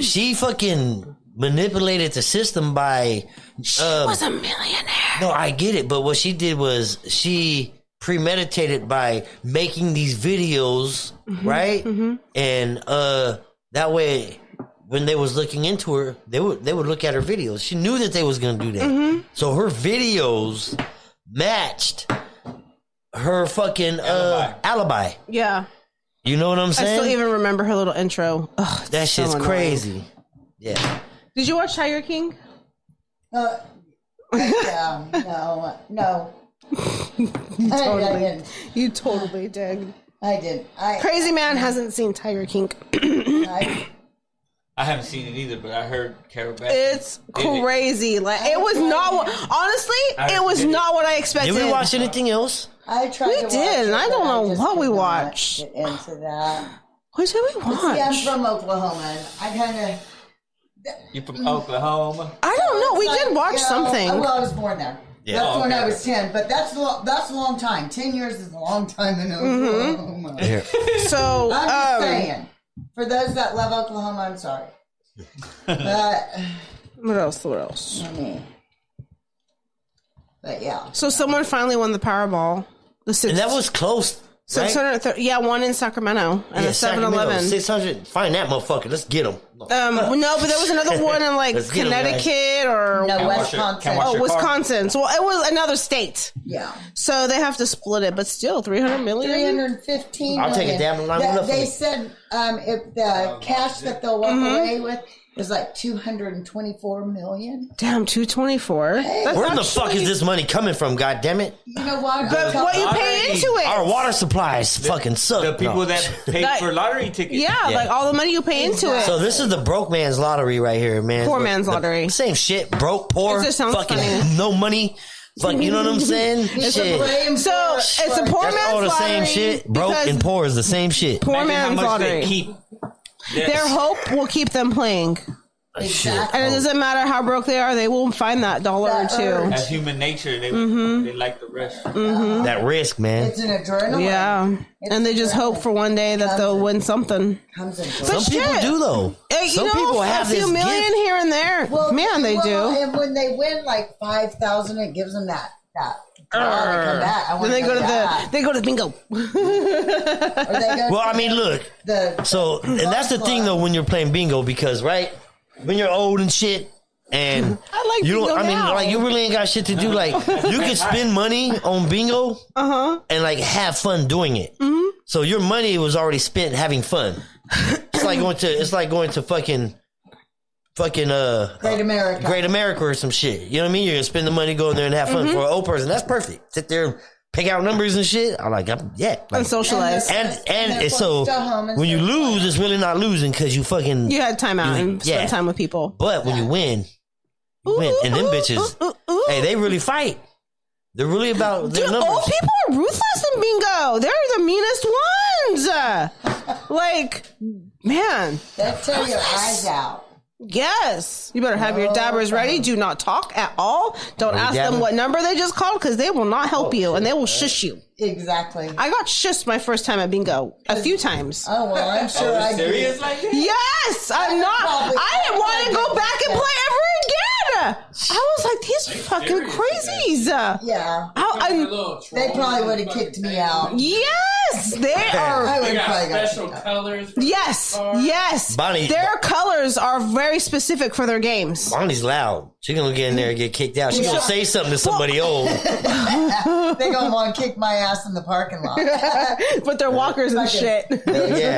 she fucking manipulated the system by She Um, was a millionaire. No, I get it, but what she did was she premeditated by making these videos, Mm-hmm, right? And uh that way when they was looking into her, they would they would look at her videos. She knew that they was going to do that. Mm-hmm. So her videos matched her fucking uh alibi. Yeah. You know what I'm I saying? still even remember her little intro. Ugh, it's that so shit's annoying. crazy. Yeah. Did you watch Tiger King? Uh, yeah, no, no. I, I didn't. You totally did. I didn't. I, Crazy man hasn't seen Tiger King. I I haven't seen it either, but I heard Carol Baskin. It's did it. crazy. Like it was not. What, honestly, it was not what I expected. Did we watch anything else? I tried. We to watch did, it, and I don't but know just what could we not watched. Get into that. What did we See, I'm watch? from Oklahoma. and I kind of. You from Oklahoma? I don't know. Oh, We did watch You know, something. Well, I was born there. Yeah. That's Oh, when okay. I was ten, but that's a lo- that's a long time. Ten years is a long time in Oklahoma. Mm-hmm. So, I'm just um, saying. For those that love Oklahoma, I'm sorry, but what else? What else? I mean, but yeah, So someone finally won the Powerball. The six, And that was close Six hundred thirty. Yeah, one in Sacramento and a Uh, Seven Eleven. Six hundred. Find that motherfucker. Let's get him. Um, no, but there was another one in like Let's get 'em, guys. Connecticut or No, Can't wash your- Wisconsin. can't wash oh, your car. Wisconsin. So it was another state. Yeah. So they have to split it, but still, 300 million? 315 I'll take a million. damn line That- enough of They it. said um, if the cash that they'll walk Mm-hmm. away with is like 224 million. Damn, 224. That's Where the actually- fuck is this money coming from? God damn it! You know what? But what you pay Already, into it? Our water supplies fucking suck. The people No. that pay That- for lottery tickets. yeah, Yeah. like all the money you pay into it. So this is the broke man's lottery right here, man. Poor man's The- lottery. Same shit. Broke, poor, It just sounds fucking funny. no money. Fuck, you know what I'm saying? It's a shit. blame So for- it's a for- poor That's man's all the same lottery shit. Broke because and poor is the same shit. Poor Imagine how man's much lottery. they keep. Yes. Their hope will keep them playing, Exactly. and Oh. it doesn't matter how broke they are; they will find that dollar or That urge. two. That's human nature. They, Mm-hmm. they like the rush. That risk, man. It's an adrenaline. Yeah, and they just hope for one day that they'll win something. Comes in But Some people shit. do though. Uh, you Some know, people have a few this million gift. here and there. Man, they well, do. And when they win like five thousand, it gives them that that. Oh, I come back. I Then wanna they go to the back. they go to bingo. Or they go Well, to I mean, look. the So, and that's the thing though when you're playing bingo because right when you're old and shit. And I like you bingo I mean, now. like you really ain't got shit to do. Like you could spend money on bingo Uh-huh. and like have fun doing it. Mm-hmm. So your money was already spent having fun. It's like going to it's like going to fucking fucking uh Great America. Great America or some shit. You know what I mean? You're gonna spend the money, go in there and have Mm-hmm. fun for an old person. That's perfect. Sit there, and pick out numbers and shit. I'm like, I'm, yeah. Like, and socialize. and and, And it's so go home and when you say, lose, it's really not losing because you fucking. You had time out and Yeah. spent time with people. But when you win, you win, and them Ooh, bitches, ooh, ooh, ooh. hey, they really fight. They're really about their Dude, numbers. old people are ruthless in bingo. They're the meanest ones. Uh, Like, man, That tear your eyes out. yes. You better have your dabbers ready. Do not talk at all. Don't we ask dabbing? them what number they just called because they will not help Oh, you and they will shush you. Exactly. I got shushed my first time at bingo a few times. oh well, I'm sure Oh, I it's serious did. like that? Yes, I'm not. probably- I didn't want to go back and play ever again. I was like, these fucking crazies. Uh, Yeah, How, They're I, little they trolls probably and would have fucking kicked me things. out. yes, they are I would They have got probably got special colors. for Yes, cars. yes. Bonnie- their colors are very specific for their games. Bonnie's loud. She gonna get in there and get kicked out. She gonna say something to somebody old. They gonna want to kick my ass in the parking lot. But they're walkers and shit. Yeah.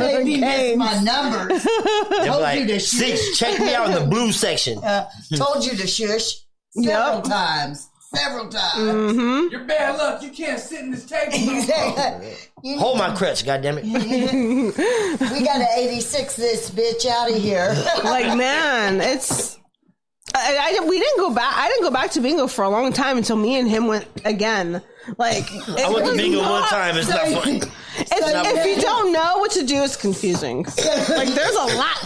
They be missing Games. my numbers. They're Told you like, to shoot. six, check me out in the blue section. Uh, told you to shush several Yep. times. Several times. You're bad luck. You can't sit in this table. Mm-hmm. no more. You- Hold my crutch, goddamn it. we got to 86 this bitch out of here. Like man, it's. I, I didn't- we didn't go back. I didn't go back to bingo for a long time until me and him went again. Like I went to bingo one time. It's not Crazy. fun. If, if you don't know what to do, it's confusing. Like there's a lot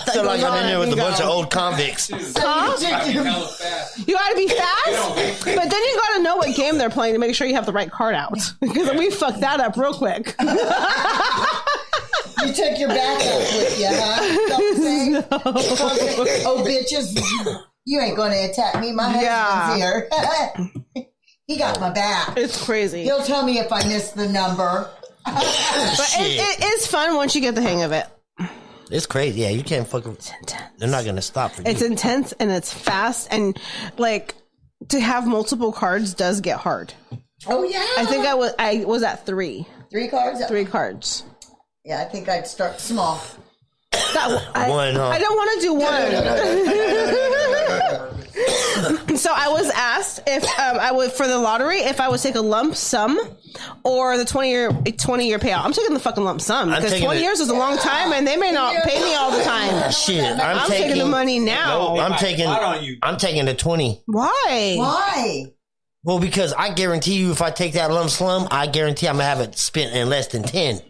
that feel like goes I'm in on. there with a bunch of Bingo. old convicts. So you I took can your- hella fast. You gotta be fast, but then you gotta know what game they're playing to make sure you have the right card out. Because we fucked that up real quick. you took your backup with you, huh? Don't say. Oh, bitches, you ain't going to attack me. My Yeah. husband's here. he got my back. It's crazy. He'll tell me if I missed the number. But it, Shit. it is fun once you get the hang of it. It's crazy. Yeah, you can't fucking. They're not gonna stop for you. It's intense and it's fast and like to have multiple cards does get hard. Oh, yeah. I think I was I was at three, Three cards? three cards. Yeah, I think I'd start small. That, I, One, huh? I don't want to do one. so I was asked if um, I would for the lottery if I would take a lump sum or the twenty year twenty year payout. I'm taking the fucking lump sum because taking twenty the- years is a long time and they may not pay me all the time. Shit, I'm, I'm taking, taking, the money now. No, I'm They taking. might fart on you. I'm taking the twenty. Why? Why? Well, because I guarantee you, if I take that lump slum, I guarantee I'm gonna have it spent in less than ten.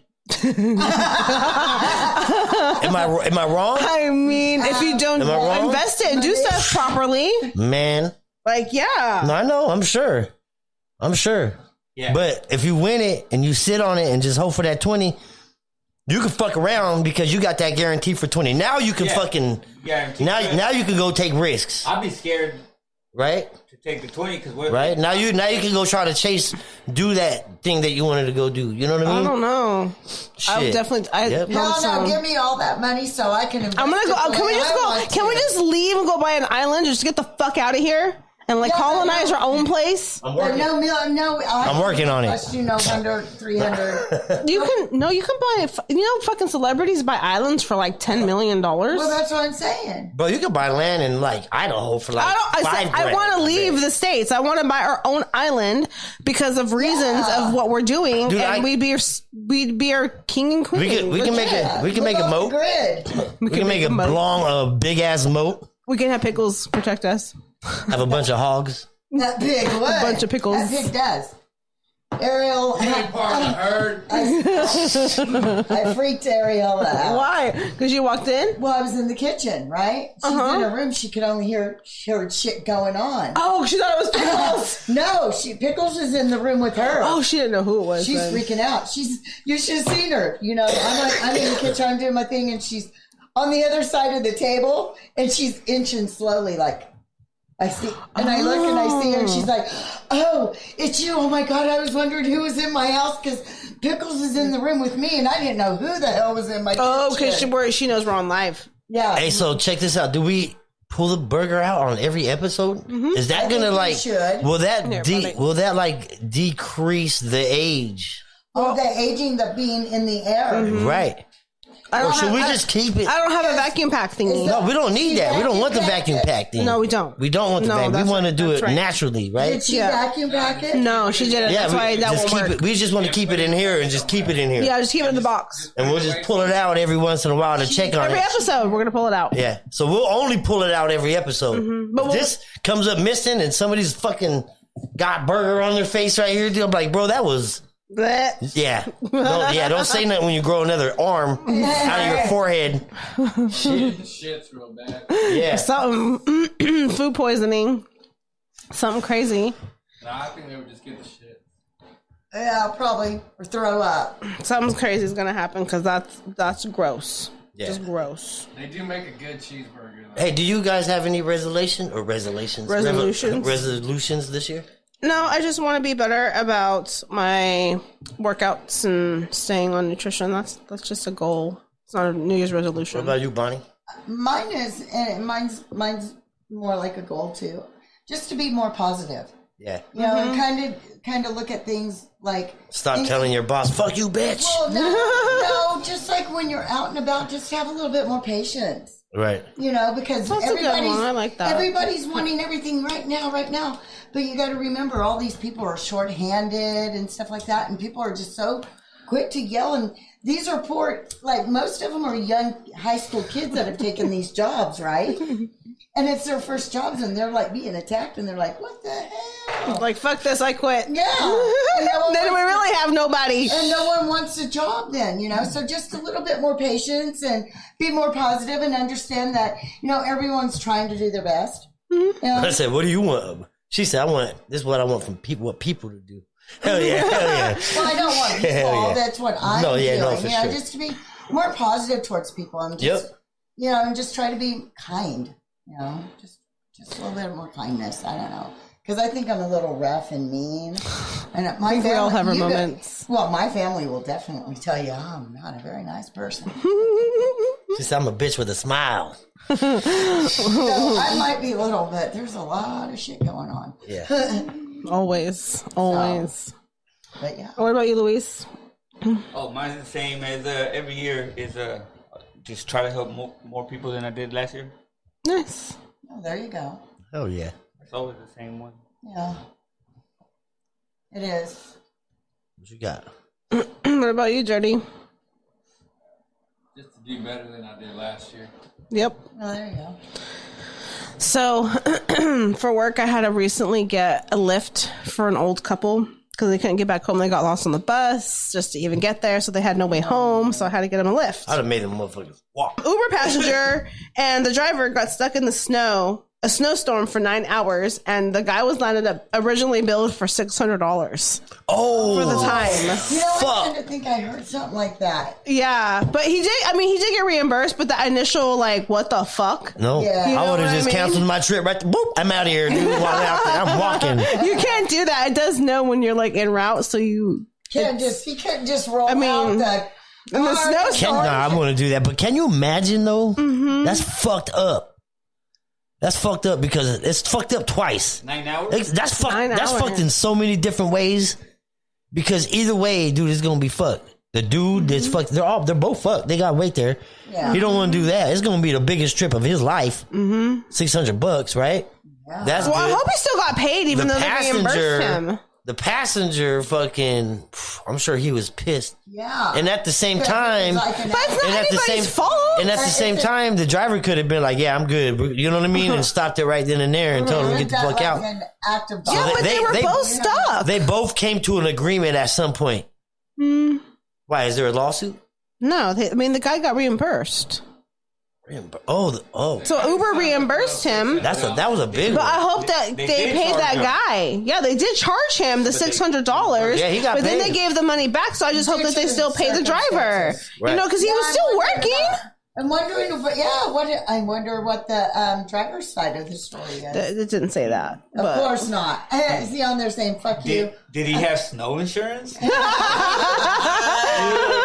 am I am I wrong, I mean, if you don't Am I wrong? invest it and do stuff properly, man? like yeah, No, I know. I'm sure. I'm sure. Yeah. But if you win it and you sit on it and just hope for that twenty, you can fuck around because you got that guarantee for twenty. Now you can Yeah. fucking Guarantee now that. now you can go take risks, I'd be scared right? to take the twenty because what? Right now, you now you can go try to chase, do that thing that you wanted to go do. You know what I mean? I don't know. I would Shit. definitely. I, Yep. no, No, no, so- give me all that money so I can. invest I'm gonna go. uh, it the Can we way just I go? want Can we to. just leave and go buy an island and just get the fuck out of here and like Yeah, colonize no. our own place? I'm But working. no, no, no. I- I'm working on it. Plus, you know, under three hundred. You can no, you can buy. f- You know, fucking celebrities buy islands for like ten million dollars. well, that's what I'm saying. Bro, you could buy land in like Idaho for like I don't. I, five said, I grand. want to leave the states. I want to buy our own island because of reasons Yeah. of what we're doing, Dude, and I- we'd be our, s- we'd be our king and queen. We can we can make a Legit. we can make a Look off moat. the Grid. We can make a moat. long, a big ass moat. We can have pickles protect us. Have a bunch of hogs. That pig would. bunch of pickles. That pig does. Ariel, Hey, Paul, I heard. I freaked Ariel out. Why? Because you walked in. Well, I was in the kitchen, right? She's Uh-huh. in her room. She could only hear heard shit going on. Oh, she thought it was pickles. No, she pickles is in the room with her. oh, she didn't know who it was. she's then. freaking out. She's you should have seen her. You know, I'm like, I'm in the kitchen, I'm doing my thing, and she's on the other side of the table, and she's inching slowly, like. I see, and I look and I see her, and she's like, "Oh, it's you! Oh my God! I was wondering who was in my house because Pickles is in the room with me, and I didn't know who the hell was in my Oh, because she kitchen." worries. She knows we're on live. yeah, Hey, so check this out. Do we pull the burger out on every episode? Mm-hmm. Is that think gonna we like should. will Here, that de- buddy. will that like decrease the age? oh, the aging, the being in the air. Mm-hmm. Right. I Or don't should have- we I- just keep it? I don't have a vacuum pack thingy. No, we don't need that. We don't want the vacuum Vacuum pack pack thing. No, we don't. We don't want the No, vacuum. that's We want right. to do That's it right. naturally, Did right? she Yeah. vacuum pack it? No, she didn't. That's we, why that just won't keep it, work. we just want to keep it in here and just keep it in here. yeah, just keep it in the box. And we'll just pull it out every once in a while to check on Every it. episode, we're gonna pull it out. Yeah. So we'll only pull it out every episode. Mm-hmm. But If we'll- this comes up missing and somebody's fucking got burger on their face right here, dude, I'm like, bro, that was Bleh. yeah. Don't, yeah, don't say nothing when you grow another arm out of your forehead. Shit's real bad. Yeah. Something food poisoning, something crazy, Nah, I think they would just get the shit. Yeah, probably. Or throw up. something crazy is gonna happen because that's that's gross. Yeah. Just gross. They do make a good cheeseburger though. Hey, do you guys have any resolution or resolutions? Revo- Resolutions. resolutions this year? No, I just want to be better about my workouts and staying on nutrition. That's that's just a goal. It's not a New Year's resolution. What about you, Bonnie? Mine is, and mine's, mine's more like a goal too, just to be more positive. Yeah. You know, and kind of, kind of look at things like. Stop telling your boss, fuck you, bitch. Well, no, no, just like when you're out and about, just have a little bit more patience. Right. You know, because That's a good one. everybody's I like that. everybody's wanting everything right now, right now. But you got to remember, all these people are shorthanded and stuff like that, and people are just so quick to yell. And these are poor, like most of them are young high school kids that have taken these jobs, right? And it's their first jobs, and they're like being attacked, and they're like, "What the hell?" Like fuck this, I quit. Yeah. And no one then we wants- really have nobody. and no one wants a job then you know so just a little bit more patience and be more positive and understand that you know everyone's trying to do their best You know? I said, what do you want? She said, I want this is what I want from people what people to do. Hell yeah, hell yeah. well, i don't want people Hell yeah. that's what i'm No, yeah, no, feeling for you know sure. just to be more positive towards people and just Yep. you know and just try to be kind you know just just a little bit more kindness i don't know because I think I'm a little rough and mean, and my we all family- have our you got- moments. Well, my family will definitely tell you "Oh, I'm not a very nice person. She said, I'm a bitch with a smile. So I might be little, but there's a lot of shit going on. Yeah. always, always. But yeah, What about you, Luis? Oh, mine's the same as uh, every year. Is uh, just try to help more, more people than I did last year. Nice. Oh, there you go. Hell yeah. It's always the same one. Yeah, it is. What you got? what about you, Jody? Just to do better than I did last year. Yep. Oh, there you go. So for work, I had to recently get a lift for an old couple because they couldn't get back home. They got lost on the bus just to even get there, so they had no way home. So I had to get them a lift. I'd have made them motherfuckers walk. Uber passenger and the driver got stuck in the snow a snowstorm for nine hours, and the guy was lined up originally billed for six hundred dollars Oh, for the time. You know, Fuck. I kind of think I heard something like that. Yeah, but he did. I mean, he did get reimbursed, but the initial like, what the fuck? No, Yeah. You I know would what have I just mean? canceled my trip. Right, boop, I'm out of here, dude. Walk out there. I'm walking. You can't do that. It does know when you're like en route, so you. Can't just he couldn't just roll I mean, out the and the car. snowstorm- Can, nah, I'm gonna do that. But can you imagine though? Mm-hmm. That's fucked up. That's fucked up because it's fucked up twice. Nine hours? It's- That's fucked. Nine That's hours. fucked in so many different ways. Because either way, dude, it's gonna be fucked. The dude that's fucked. They're all. They're both fucked. They got weight there. Yeah. He don't want to do that. It's gonna be the biggest trip of his life. Six hundred bucks, right? That's Well, I good. hope he still got paid, even the though they reimbursed passenger. him. The passenger, fucking. I'm sure he was pissed. Yeah. And at the same Because time, it's like an But it's hour. not and at the anybody's same fault. and at the same time, the driver could have been like, "Yeah, I'm good," you know what I mean, and stopped it right then and there and told him to get the That fuck like out. an act of yeah, violence. but they, Oh, they- were they- both stuck. They both came to an agreement at some point. Hmm. Why is there a lawsuit? no, they, I mean the guy got reimbursed, Reimb- Oh, the, oh, so Uber reimbursed him. that's a, that was a big But I one. hope that they, They- they did paid charge that him. guy. Yeah, they did charge him the six hundred dollars. Yeah, he got But then paid. they gave the money back. So I just hope that they still paid the driver. Circumstances. Right. You know, because he Yeah, was I'm still wondering working. about- I'm wondering, if, yeah, what I wonder what the um, driver's side of the story is. Th- It didn't say that. of But course not. Is he on there saying "fuck you"? Did, did he have snow insurance? Oh,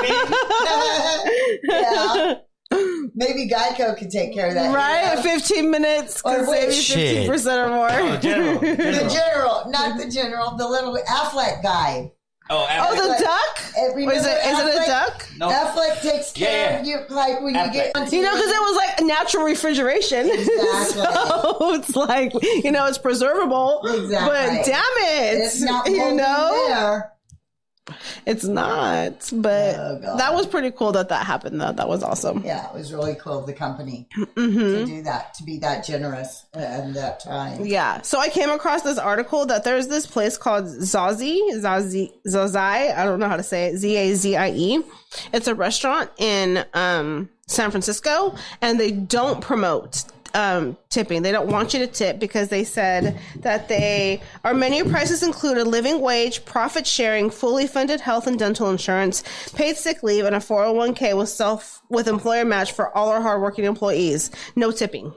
You know what I yeah. Maybe Geico could take care of that. right, fifteen minutes Or could wait, save you shit. fifteen percent or mean? Oh, more. general. The general. general, not the general, the little Affleck guy. Oh, Oh, Affleck. the Like, duck. it- Was it? Is it remember a Affleck? duck? no. Affleck takes care Yeah, of you, like when you get Affleck. on You know, because TV. it was like natural refrigeration. Exactly. so it's like, you know, it's preservable. But Exactly. damn it. it's not you holding know? there. It's not, but Oh, God. that was pretty cool that that happened. Though that was awesome. Yeah, it was really cool of the company Mm-hmm. to do that, to be that generous at that time. Yeah. So I came across this article that there's this place called Zazie, Zazie, Zazai. I don't know how to say it. Z A Z I E. It's a restaurant in um, San Francisco, and they don't promote um, tipping. They don't want you to tip because they said that they our menu prices include a living wage, profit sharing, fully funded health and dental insurance, paid sick leave, and a 401k with self with employer match for all our hardworking employees. No tipping.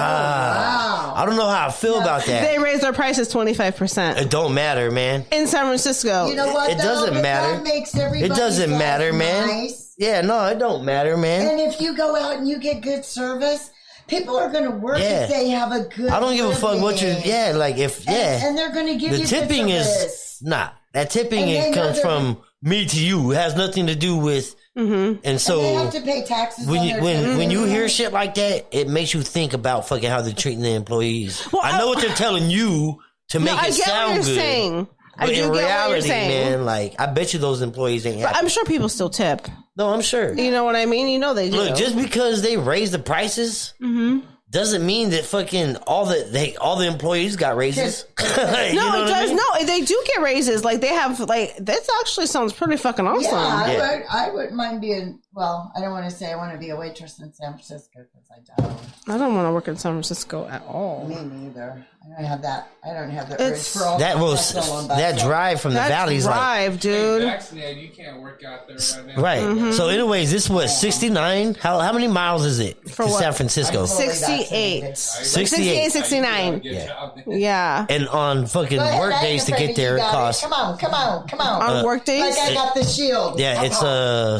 ah, I don't know how I feel about that. They raised their prices twenty five percent. it don't matter, man. in San Francisco. You know what? It though? doesn't But matter. That makes everybody It doesn't feel matter, man. nice. Yeah, no, it don't matter, man. And if you go out and you get good service, people are going to work Yeah. if they have a good. I don't give a fuck what you. living. Yeah, like if And, yeah, and they're going to give the you good tipping is service. nah. That tipping And they it know comes they're- Mm-hmm. from me to you. It has nothing to do with. And And they so have to pay taxes when on you, their when Mm-hmm. tipping. when you hear shit like that, it makes you think about fucking how they're treating the employees. Well, I know what they're telling you to make I it get sound what you're good, saying. I but do in get what you're reality, saying. man, like I bet you those employees ain't happy. I'm sure people still tip. no, I'm sure. You know what I mean? You know they do. Look, just because they raised the prices Mm-hmm. doesn't mean that fucking all the they all the employees got raises. You no, know it what I does. mean? No, they do get raises. Like they have. Like this actually sounds pretty fucking awesome. Yeah, I, Yeah. Would, I wouldn't mind being. Well, I don't want to say I want to be a waitress in San Francisco because I don't. I don't want to work in San Francisco at all. Me neither. I don't have that. I don't have that. It's- urge for all That the was hustle on that back. drive from the That valley's like drive, dude. Vaccinated, you can't work out there right now. right. Mm-hmm. So, anyways, this was sixty nine. How how many miles is it For to what? San Francisco? Fully vaccinated. 68. Sixty 68, eight. 69. Good job. Yeah. And on fucking Go ahead, I work ain't days to afraid get of you, there, it got costs Uh, Come on, come on, come on. On work like days? I got the shield. yeah, it's uh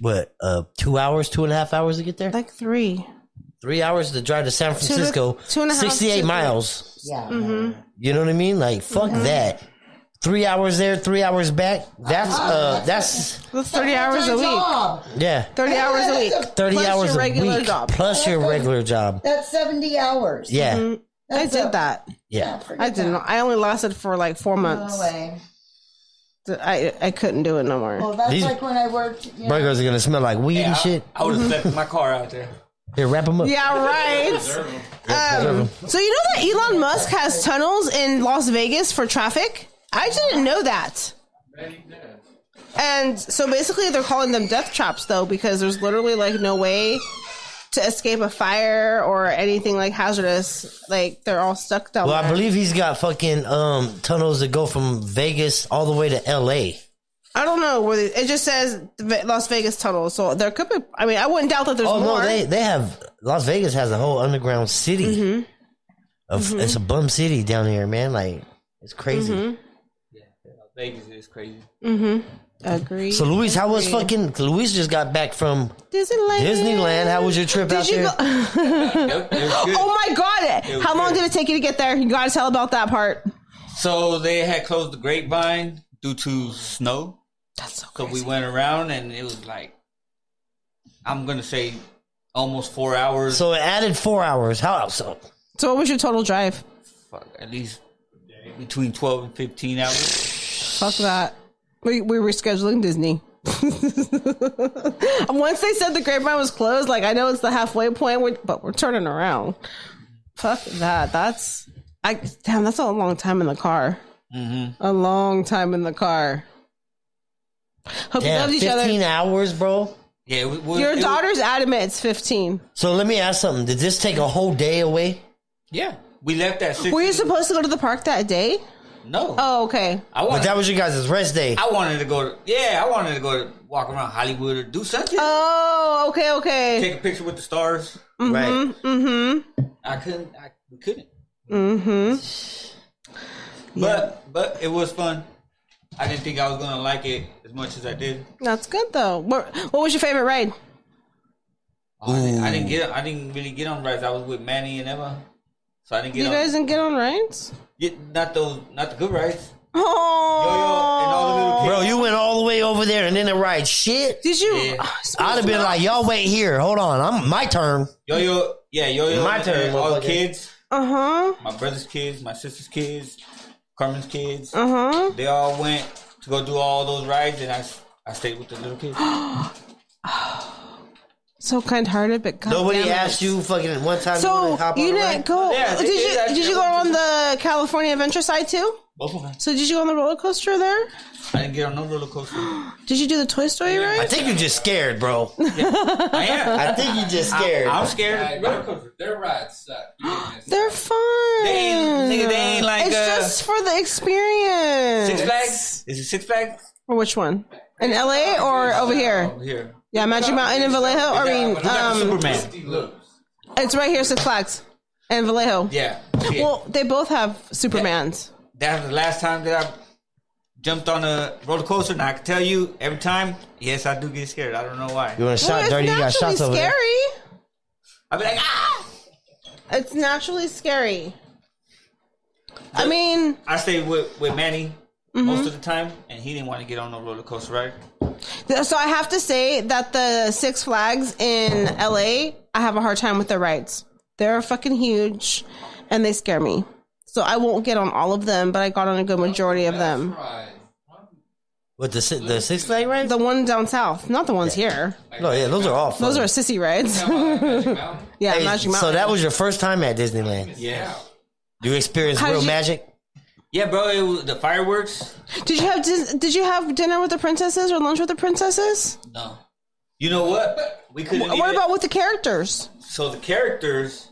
what uh two hours, two and a half hours to get there. Like three. Three hours to drive to San Francisco. two and a half, Sixty two, eight three. miles. yeah. Mm-hmm. You know what I mean? Like fuck that. Three hours there, three hours back. That's Uh-huh. uh, that's That's 30 hours a Full-time week. job. yeah, 30 hours a week. thirty Plus hours your a regular week job. Mm-hmm. plus your regular job. That's seventy hours. Yeah, I That's a- did that. yeah. I didn't. I only lasted for like four months. No way. I I couldn't do it no more. Well, that's These- like when I worked. You know, Burgers are gonna smell like weed Yeah, and I- shit. I, would have left my car out there. Here, wrap them up. Yeah, right. Terrible. Um, so you know that Elon Musk has tunnels in Las Vegas for traffic? I didn't know that. Yeah, you did. And so basically, they're calling them death traps though because there's literally like no way to escape a fire or anything like hazardous. Like they're all stuck down Well, I there. believe he's got fucking um, tunnels that go from Vegas all the way to L.A. I don't know where they, it just says Ve- Las Vegas tunnel. So there could be. I mean, I wouldn't doubt that there's Oh more. no, they they have Las Vegas has a whole underground city. Mm-hmm. Of, It's a bum city down here, man. Like it's crazy. Mm-hmm. Vegas is crazy. Agree. So Luis, how was fucking Luis just got back from Disneyland. Disneyland? How was your trip out Did you there? go? Yep, it was good. Oh my god! was How long good. did it take you to get there? You gotta tell about that part. So they had closed the grapevine due to snow. That's so So cool. we went around and it was like, I'm going to say almost four hours. so it added four hours. How so? So what was your total drive? fuck, at least between 12 and 15 hours. Fuck that. We we were scheduling Disney. Once they said the grapevine was closed, like I know it's the halfway point, we- but we're turning around. Fuck that. That's I damn. That's a long time in the car. A long time in the car. Hope you Damn, loved each fifteen other. hours, bro. Yeah, it was, Your it was- daughter's adamant it's fifteen. So let me ask something. Did this take a whole day away? yeah, we left at six. Were you supposed to go to the park that day? no, Oh, okay. I But wanted. that was your guys' rest day. I wanted to go. To, yeah, I wanted to go to walk around Hollywood or do something. Oh, okay, okay. Take a picture with the stars. Mm-hmm. Right. I couldn't. I we couldn't. Mm-hmm. But but it was fun. I didn't think I was gonna like it as much as I did. That's good though. What what was your favorite ride? Oh, I, didn't, I Mm. didn't get. I didn't really get on rides. I was with Manny and Emma, so I didn't get You on. guys didn't get on rides? get, not those. Not the good rides. Oh, Yo yo and all the little kids. Bro, you went all the way over there and then it ride shit. did you? Yeah. Oh, it's I'd have been supposed like, to- y'all wait here. Hold on. I'm my turn. Yo yo yeah yo yo. My and turn, All the motherfucker. kids. uh huh, My brother's kids. My sister's kids. Carmen's kids. uh huh. They all went to go do all those rides, and I, s- I stayed with the little kids. So kind-hearted, but God Nobody Oh, damn it. asked you fucking one time. wanna So hop on you a didn't ride? go? Yeah, they did did. you? I- Did you go on the California Adventure side too? Both of them. So did you go on the roller coaster there? I didn't get on no roller coaster. Did you do the Toy Story Yeah. I ride? think you just scared, bro. I am. I think you just scared. I'm scared. roller coaster. Their rides suck. You didn't miss They're it. fun. ain't- nigga, they ain't like, It's uh, just for the experience. Six Flags? Is it Six Flags? Or which one? In LA or over here? Over here. Yeah, Magic Mountain in Vallejo. I mean, um, Superman. He looks. it's right here, Six Flags and Vallejo. Yeah. yeah. Well, they both have Supermans. That was the last time that I jumped on a roller coaster, and I can tell you every time, yes, I do get scared. I don't know why. you want a Well, shot it's dirty? You got naturally shots over there. scary. I'll be like, ah! It's naturally scary. I mean, I stayed with, with Manny most of the time, and he didn't want to get on no roller coaster ride. th- so I have to say that the Six Flags in LA, I have a hard time with their rides. They're fucking huge, and they scare me. So I won't get on all of them, but I got on a good majority of them. Right. What the si- the Six Flag rides? The one down south, not the ones here. No, yeah, those are all. Fun. Those are sissy rides. uh, Magic Mountain. yeah, Hey, Magic Mountain. so that was your first time at Disneyland. Yeah. You experienced How did real you- magic. Yeah, bro, it was, the fireworks, Did you have dis- did you have dinner with the princesses or lunch with the princesses? No. You know what? We couldn't. What even- about with the characters? so the characters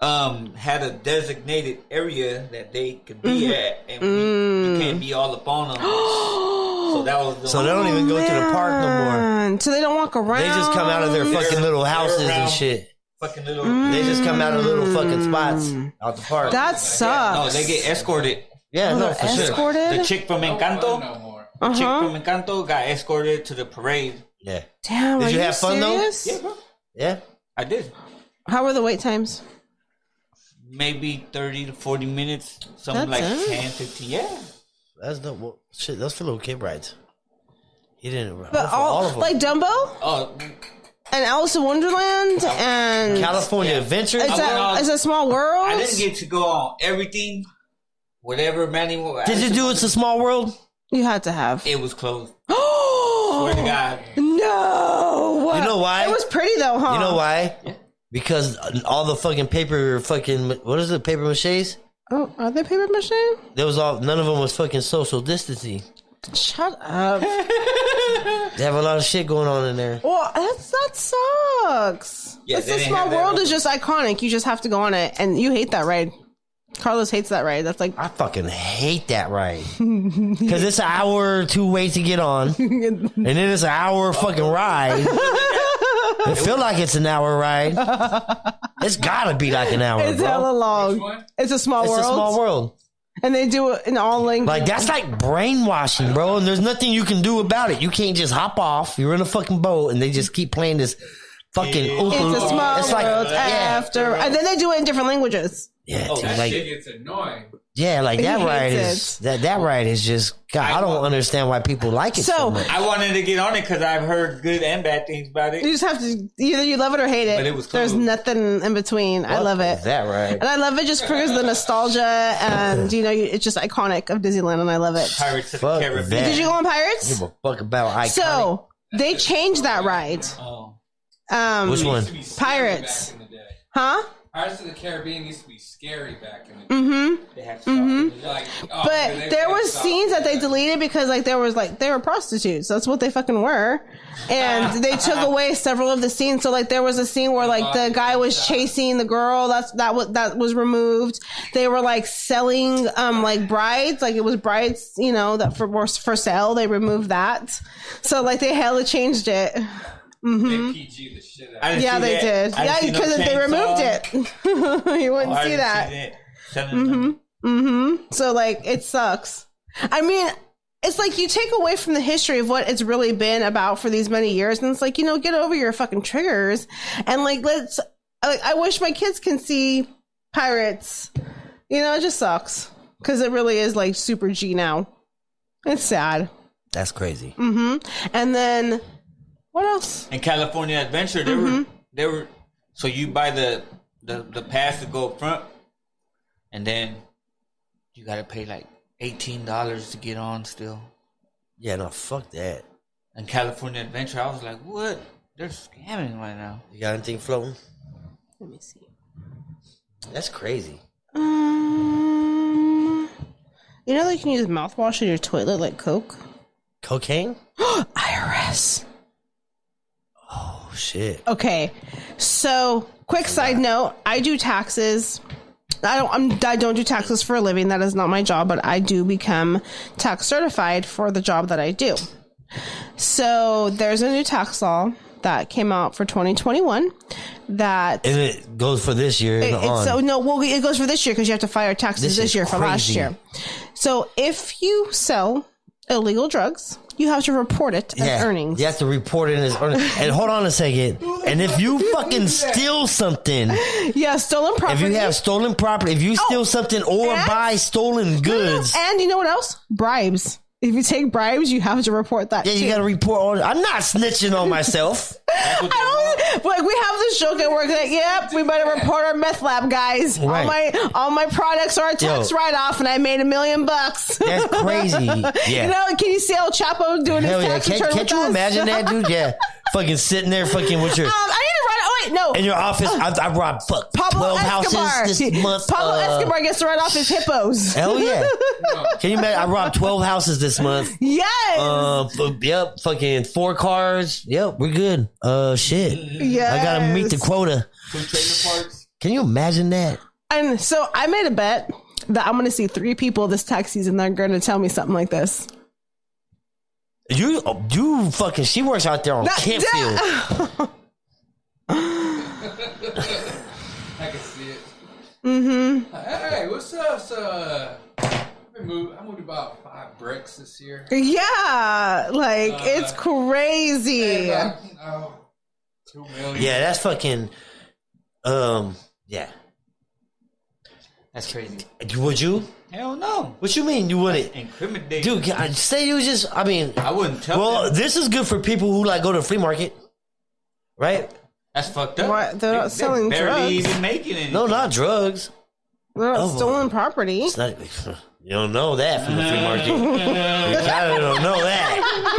um had a designated area that they could be at, and we, we can't be all up on them. so that was the So they don't even go to the park no more. Oh, Man, So they don't walk around. They just come out of their fucking little houses and shit. fucking little. They just come out of little fucking spots out the park. Mm. That no, sucks. they get escorted. yeah, no, for sure. escorted. The chick from Fun no Encanto, more. the chick from Encanto got escorted to the parade. Yeah, Damn, Did are you you, have fun, though? serious? Yeah, bro. yeah. I did. How were the wait times? Maybe 30 to 40 minutes, something That's like it? 10, 15. Yeah. That's no well, shit. That's for little kid rides. He didn't. But all, all of them. like Dumbo Oh, and Alice in Wonderland and California Adventure. it's, I went a, on- it's a small world. I didn't get to go on everything, whatever Manny was. Did you do It's a Small World? you had to have. It was closed. Oh Swear to God. no! You know why? It was pretty though, huh? You know why? Because all the fucking paper, fucking what is it? Paper mache's. Oh, are they paper mache? There was all none of them was fucking social distancing. Shut up. They have a lot of shit going on in there. Well, that's, that sucks. Yeah, it's they a didn't small have that world over- is just iconic. You just have to go on it, and you hate that ride. Carlos hates that ride. That's like I fucking hate that ride because it's an hour or two ways to get on, and then it's an hour fucking ride. It feel like it's an hour ride. It's gotta be like an hour, it's bro. hella long. one? It's a small Oh, It's world, a small world. and they do it in all languages. Like that's like brainwashing, bro. And there's nothing you can do about it. You can't just hop off. You're in a fucking boat, and they just keep playing this fucking. it's a small It's like- world yeah. after, and then they do it in different languages. Yeah, Oh, dude, That like shit gets annoying. yeah, like He that hates ride it. is that that ride is just. God, I don't understand why people like it so, So- much. I wanted to get on it because I've heard good and bad things about You it. just have to either you love it or hate it. But it was cool. There's nothing in between. I love it. That ride. And I love it just because of the nostalgia and you know you- it's just iconic of Disneyland and I love it. Pirates of the Fuck Caribbean. that. Did you go on Pirates? Give a fuck about iconic. So they changed that ride. Oh. Um, Which one? Used to be scary Pirates. Back in the day. Huh? Pirates of the Caribbean used to be scary back in the day. Mm-hmm. They have to Like, oh, But they- there they was stopped scenes that they that. deleted because like there was like they were prostitutes. That's what they fucking were. And they took away several of the scenes. So like there was a scene where like the guy was chasing the girl. That's that was that was removed. They were like selling um like brides, like it was brides, you know, that for were for sale. They removed that. So like they hella changed it. Mm-hmm. They PG the shit out. I of didn't Yeah, see they that. did. I didn't Yeah, see no because they removed chainsaw. it. you wouldn't Oh, I see didn't that. Mm-hmm. hmm So like it sucks. I mean, it's like you take away from the history of what it's really been about for these many years, and it's like you know, get over your fucking triggers, and like let's. Like I wish my kids can see pirates. You know, it just sucks because it really is like super G now. It's sad. Mm-hmm. That's crazy. And then what else? In California Adventure, they were Mm-hmm. they were so you buy the the the pass to go up front, and then you got to pay like eighteen dollars to get on still. Yeah, no, fuck that. In California Adventure, I was like, what? They're scamming right now. You got anything floating? Let me see. That's crazy. Um, you know, they can use mouthwash in your toilet like Coke. Cocaine? IRS. Oh shit. Okay. So, quick side note, I do taxes. I don't I'm, I don't do taxes for a living. That is not my job, but I do become tax certified for the job that I do. So, there's a new tax law that came out for 2021 that And it goes for this year it- and it's on. so no, well, it goes for this year because you have to file your taxes This this, is year for last crazy. year. So, if you sell illegal drugs, you have to report it as yeah, earnings. You have to report it as earnings. and hold on a second. And if you fucking steal something, Yeah, stolen if property. you have stolen property, if you steal Oh, something or and- buy stolen goods, And you know what else? Bribes. If you take bribes, you have to report that. yeah, you too. gotta report all. I'm not snitching on myself. I don't, like we have this joke at work that yep, we better report our meth lab guys. Right. All my all my products are a tax Yo. write off, and I made a million bucks. That's crazy. Yeah. You know, can you see El Chapo doing Hell his yeah. tax Can, return can't with you us? imagine Um, that, dude? Yeah. fucking sitting there fucking with your. I need to write. Oh wait, in no. your office, I, I robbed fuck Pablo twelve Escobar. houses this month. Pablo uh, Escobar gets to write off his hippos. Hell yeah! No. Can you imagine? I robbed twelve houses this month. yes. Uh, f- yep, fucking four cars. Yep, we're good. Uh, shit, yes. I gotta meet the quota. Two trailer parks. Can you imagine that? And so I made a bet that I'm going to see three people this tax season that are going to tell me something like this. You, you fucking. She works out there on That- Kentfield. I can see it. Mm-hmm. Hey, what's up, sir? I moved, I moved about five bricks this year. Yeah, like it's crazy. About, oh, two million. Yeah, that's fucking. Um, yeah. That's crazy. Would you? Hell no. What you mean you wouldn't? Incriminating. Dude, I- say you just. I mean, I wouldn't tell well, them. this is good for people who like go to the flea market, right? That's fucked up. What? They're not selling drugs. barely even making it. No, not drugs. They're not Oh. stolen property. It's not, you don't know that from the free market. you kinda don't know that.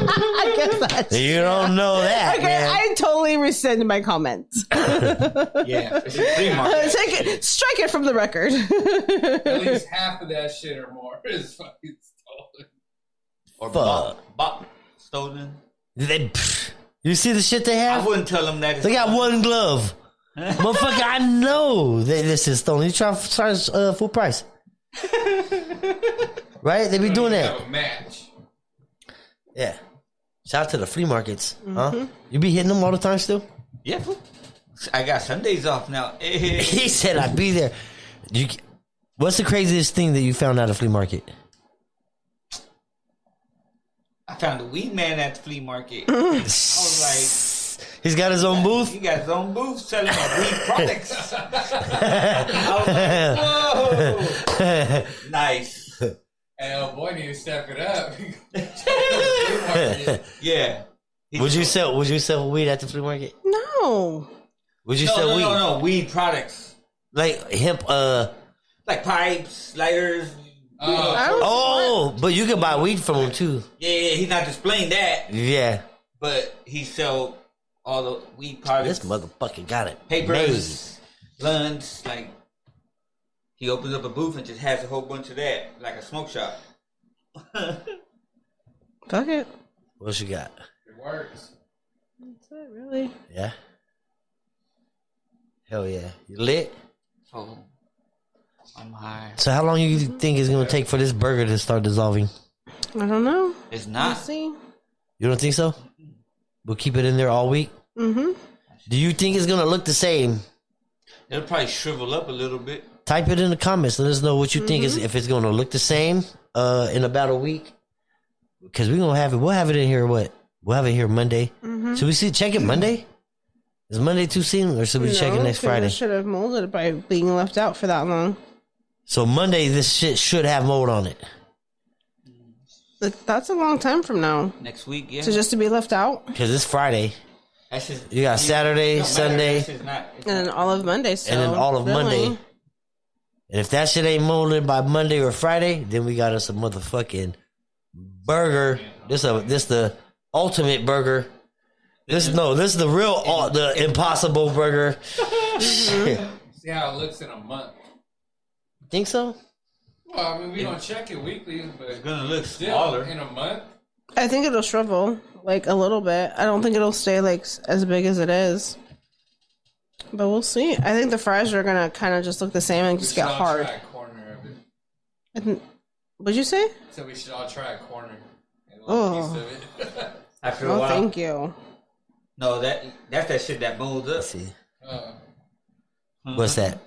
I guess that's. You don't know that, Okay, man. I totally rescind my comment. Yeah, it's a flea market. Take it, strike it from the record. At least half of that shit or more is fucking stolen. or Fuck. bought, bought, stolen. They, pfft. you see the shit they I have? wouldn't tell them that. They got one glove. Motherfucker, I know that this is stolen. You try to charge uh, full price. right? They be doing that. Have a match. Yeah. Shout out to the flea markets. Mm-hmm. Huh? You be hitting them all the time still? Yeah, fool. I got Sundays off now. Eh. He said I'd be there. You, what's the craziest thing that you found at a flea market? I found a weed man at the flea market. I was He's got his own like, booth. he got his own booth selling weed products. I was like, whoa, nice. Hey, oh boy, need to step it up. Flea Yeah. Would you sell would you sell weed at the flea market? No. Would you No, sell no, weed? no, no, weed products Like hemp uh like pipes, lighters. Oh. I don't Oh, but you can buy weed from him too. Yeah, yeah, he's not displaying that, Yeah. but he sell all the weed products, This motherfucker got it. made. papers, lunch. Like he opens up a booth and just has a whole bunch of that, like a smoke shop. Fuck it. What else you got? it works. That's it, really. Yeah. Hell yeah. You lit? So I'm high. So how long you Mm-hmm. think it's gonna take for this burger to start dissolving? I don't know. It's We'll not. see. You don't think so? We'll keep it in there all week. Mm-hmm. Do you think it's gonna look the same? It'll probably shrivel up a little bit. Type it in the comments. Let us know what you think is if it's gonna look the same uh, in about a week. Because we're gonna have it. We'll have it in here. What? We'll have it here Monday. Should we see check it Monday? Is Monday too soon, or should we check it next Friday? Should have molded it by being left out for that long. So Monday, this shit should have mold on it. That- That's a long time from now. Next week, yeah. So just to be left out, Because it's Friday, That's just, You got Saturday, It don't matter. Sunday. That's just not- it's and then not- all of Monday. So and then all of really, Monday. And if that shit ain't molded by Monday or Friday, then we got us a motherfucking burger. This a this the ultimate burger. This no, this is the real all, the impossible burger. See how it looks in a month. Think so? Well, I mean, we don't check it weekly, it's but gonna look still, smaller. in a month, I think it'll shrivel like a little bit. I don't think it'll stay like s- as big as it is. But we'll see. I think the fries are gonna kind of just look the same and we just should get all hard. try a corner of it. I think- What'd you say? So we should all try a corner. and a Oh. little piece of it. After a Oh, while, thank you. no, that that's that shit that molds up. Let's see. Uh, What's that?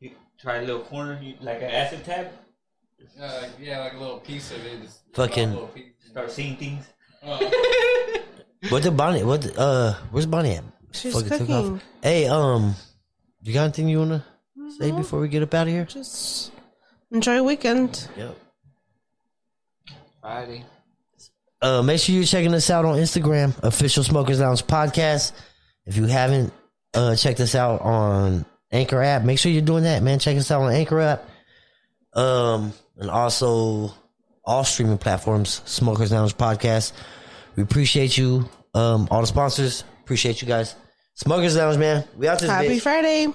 You try a little corner, you, like an acid tab. uh, yeah, like a little piece of it. Just Fucking- a little piece. Start seeing things. Uh, What the Bonnie? What the, uh? Where's Bonnie at? She's Fucking took off. cooking. Hey, um, you got anything you wanna say before we get up out of here? Just enjoy your weekend. Yep. Friday. uh, make sure you're checking us out on Instagram, Official Smokers Lounge Podcast. If you haven't uh, checked us out on Anchor app, make sure you're doing that, man. Check us out on Anchor app, um, and also all streaming platforms. Smokers Lounge Podcast. We appreciate you, um, all the sponsors. Appreciate you guys. Smokers Lounge, man. We out this Happy bitch. Friday.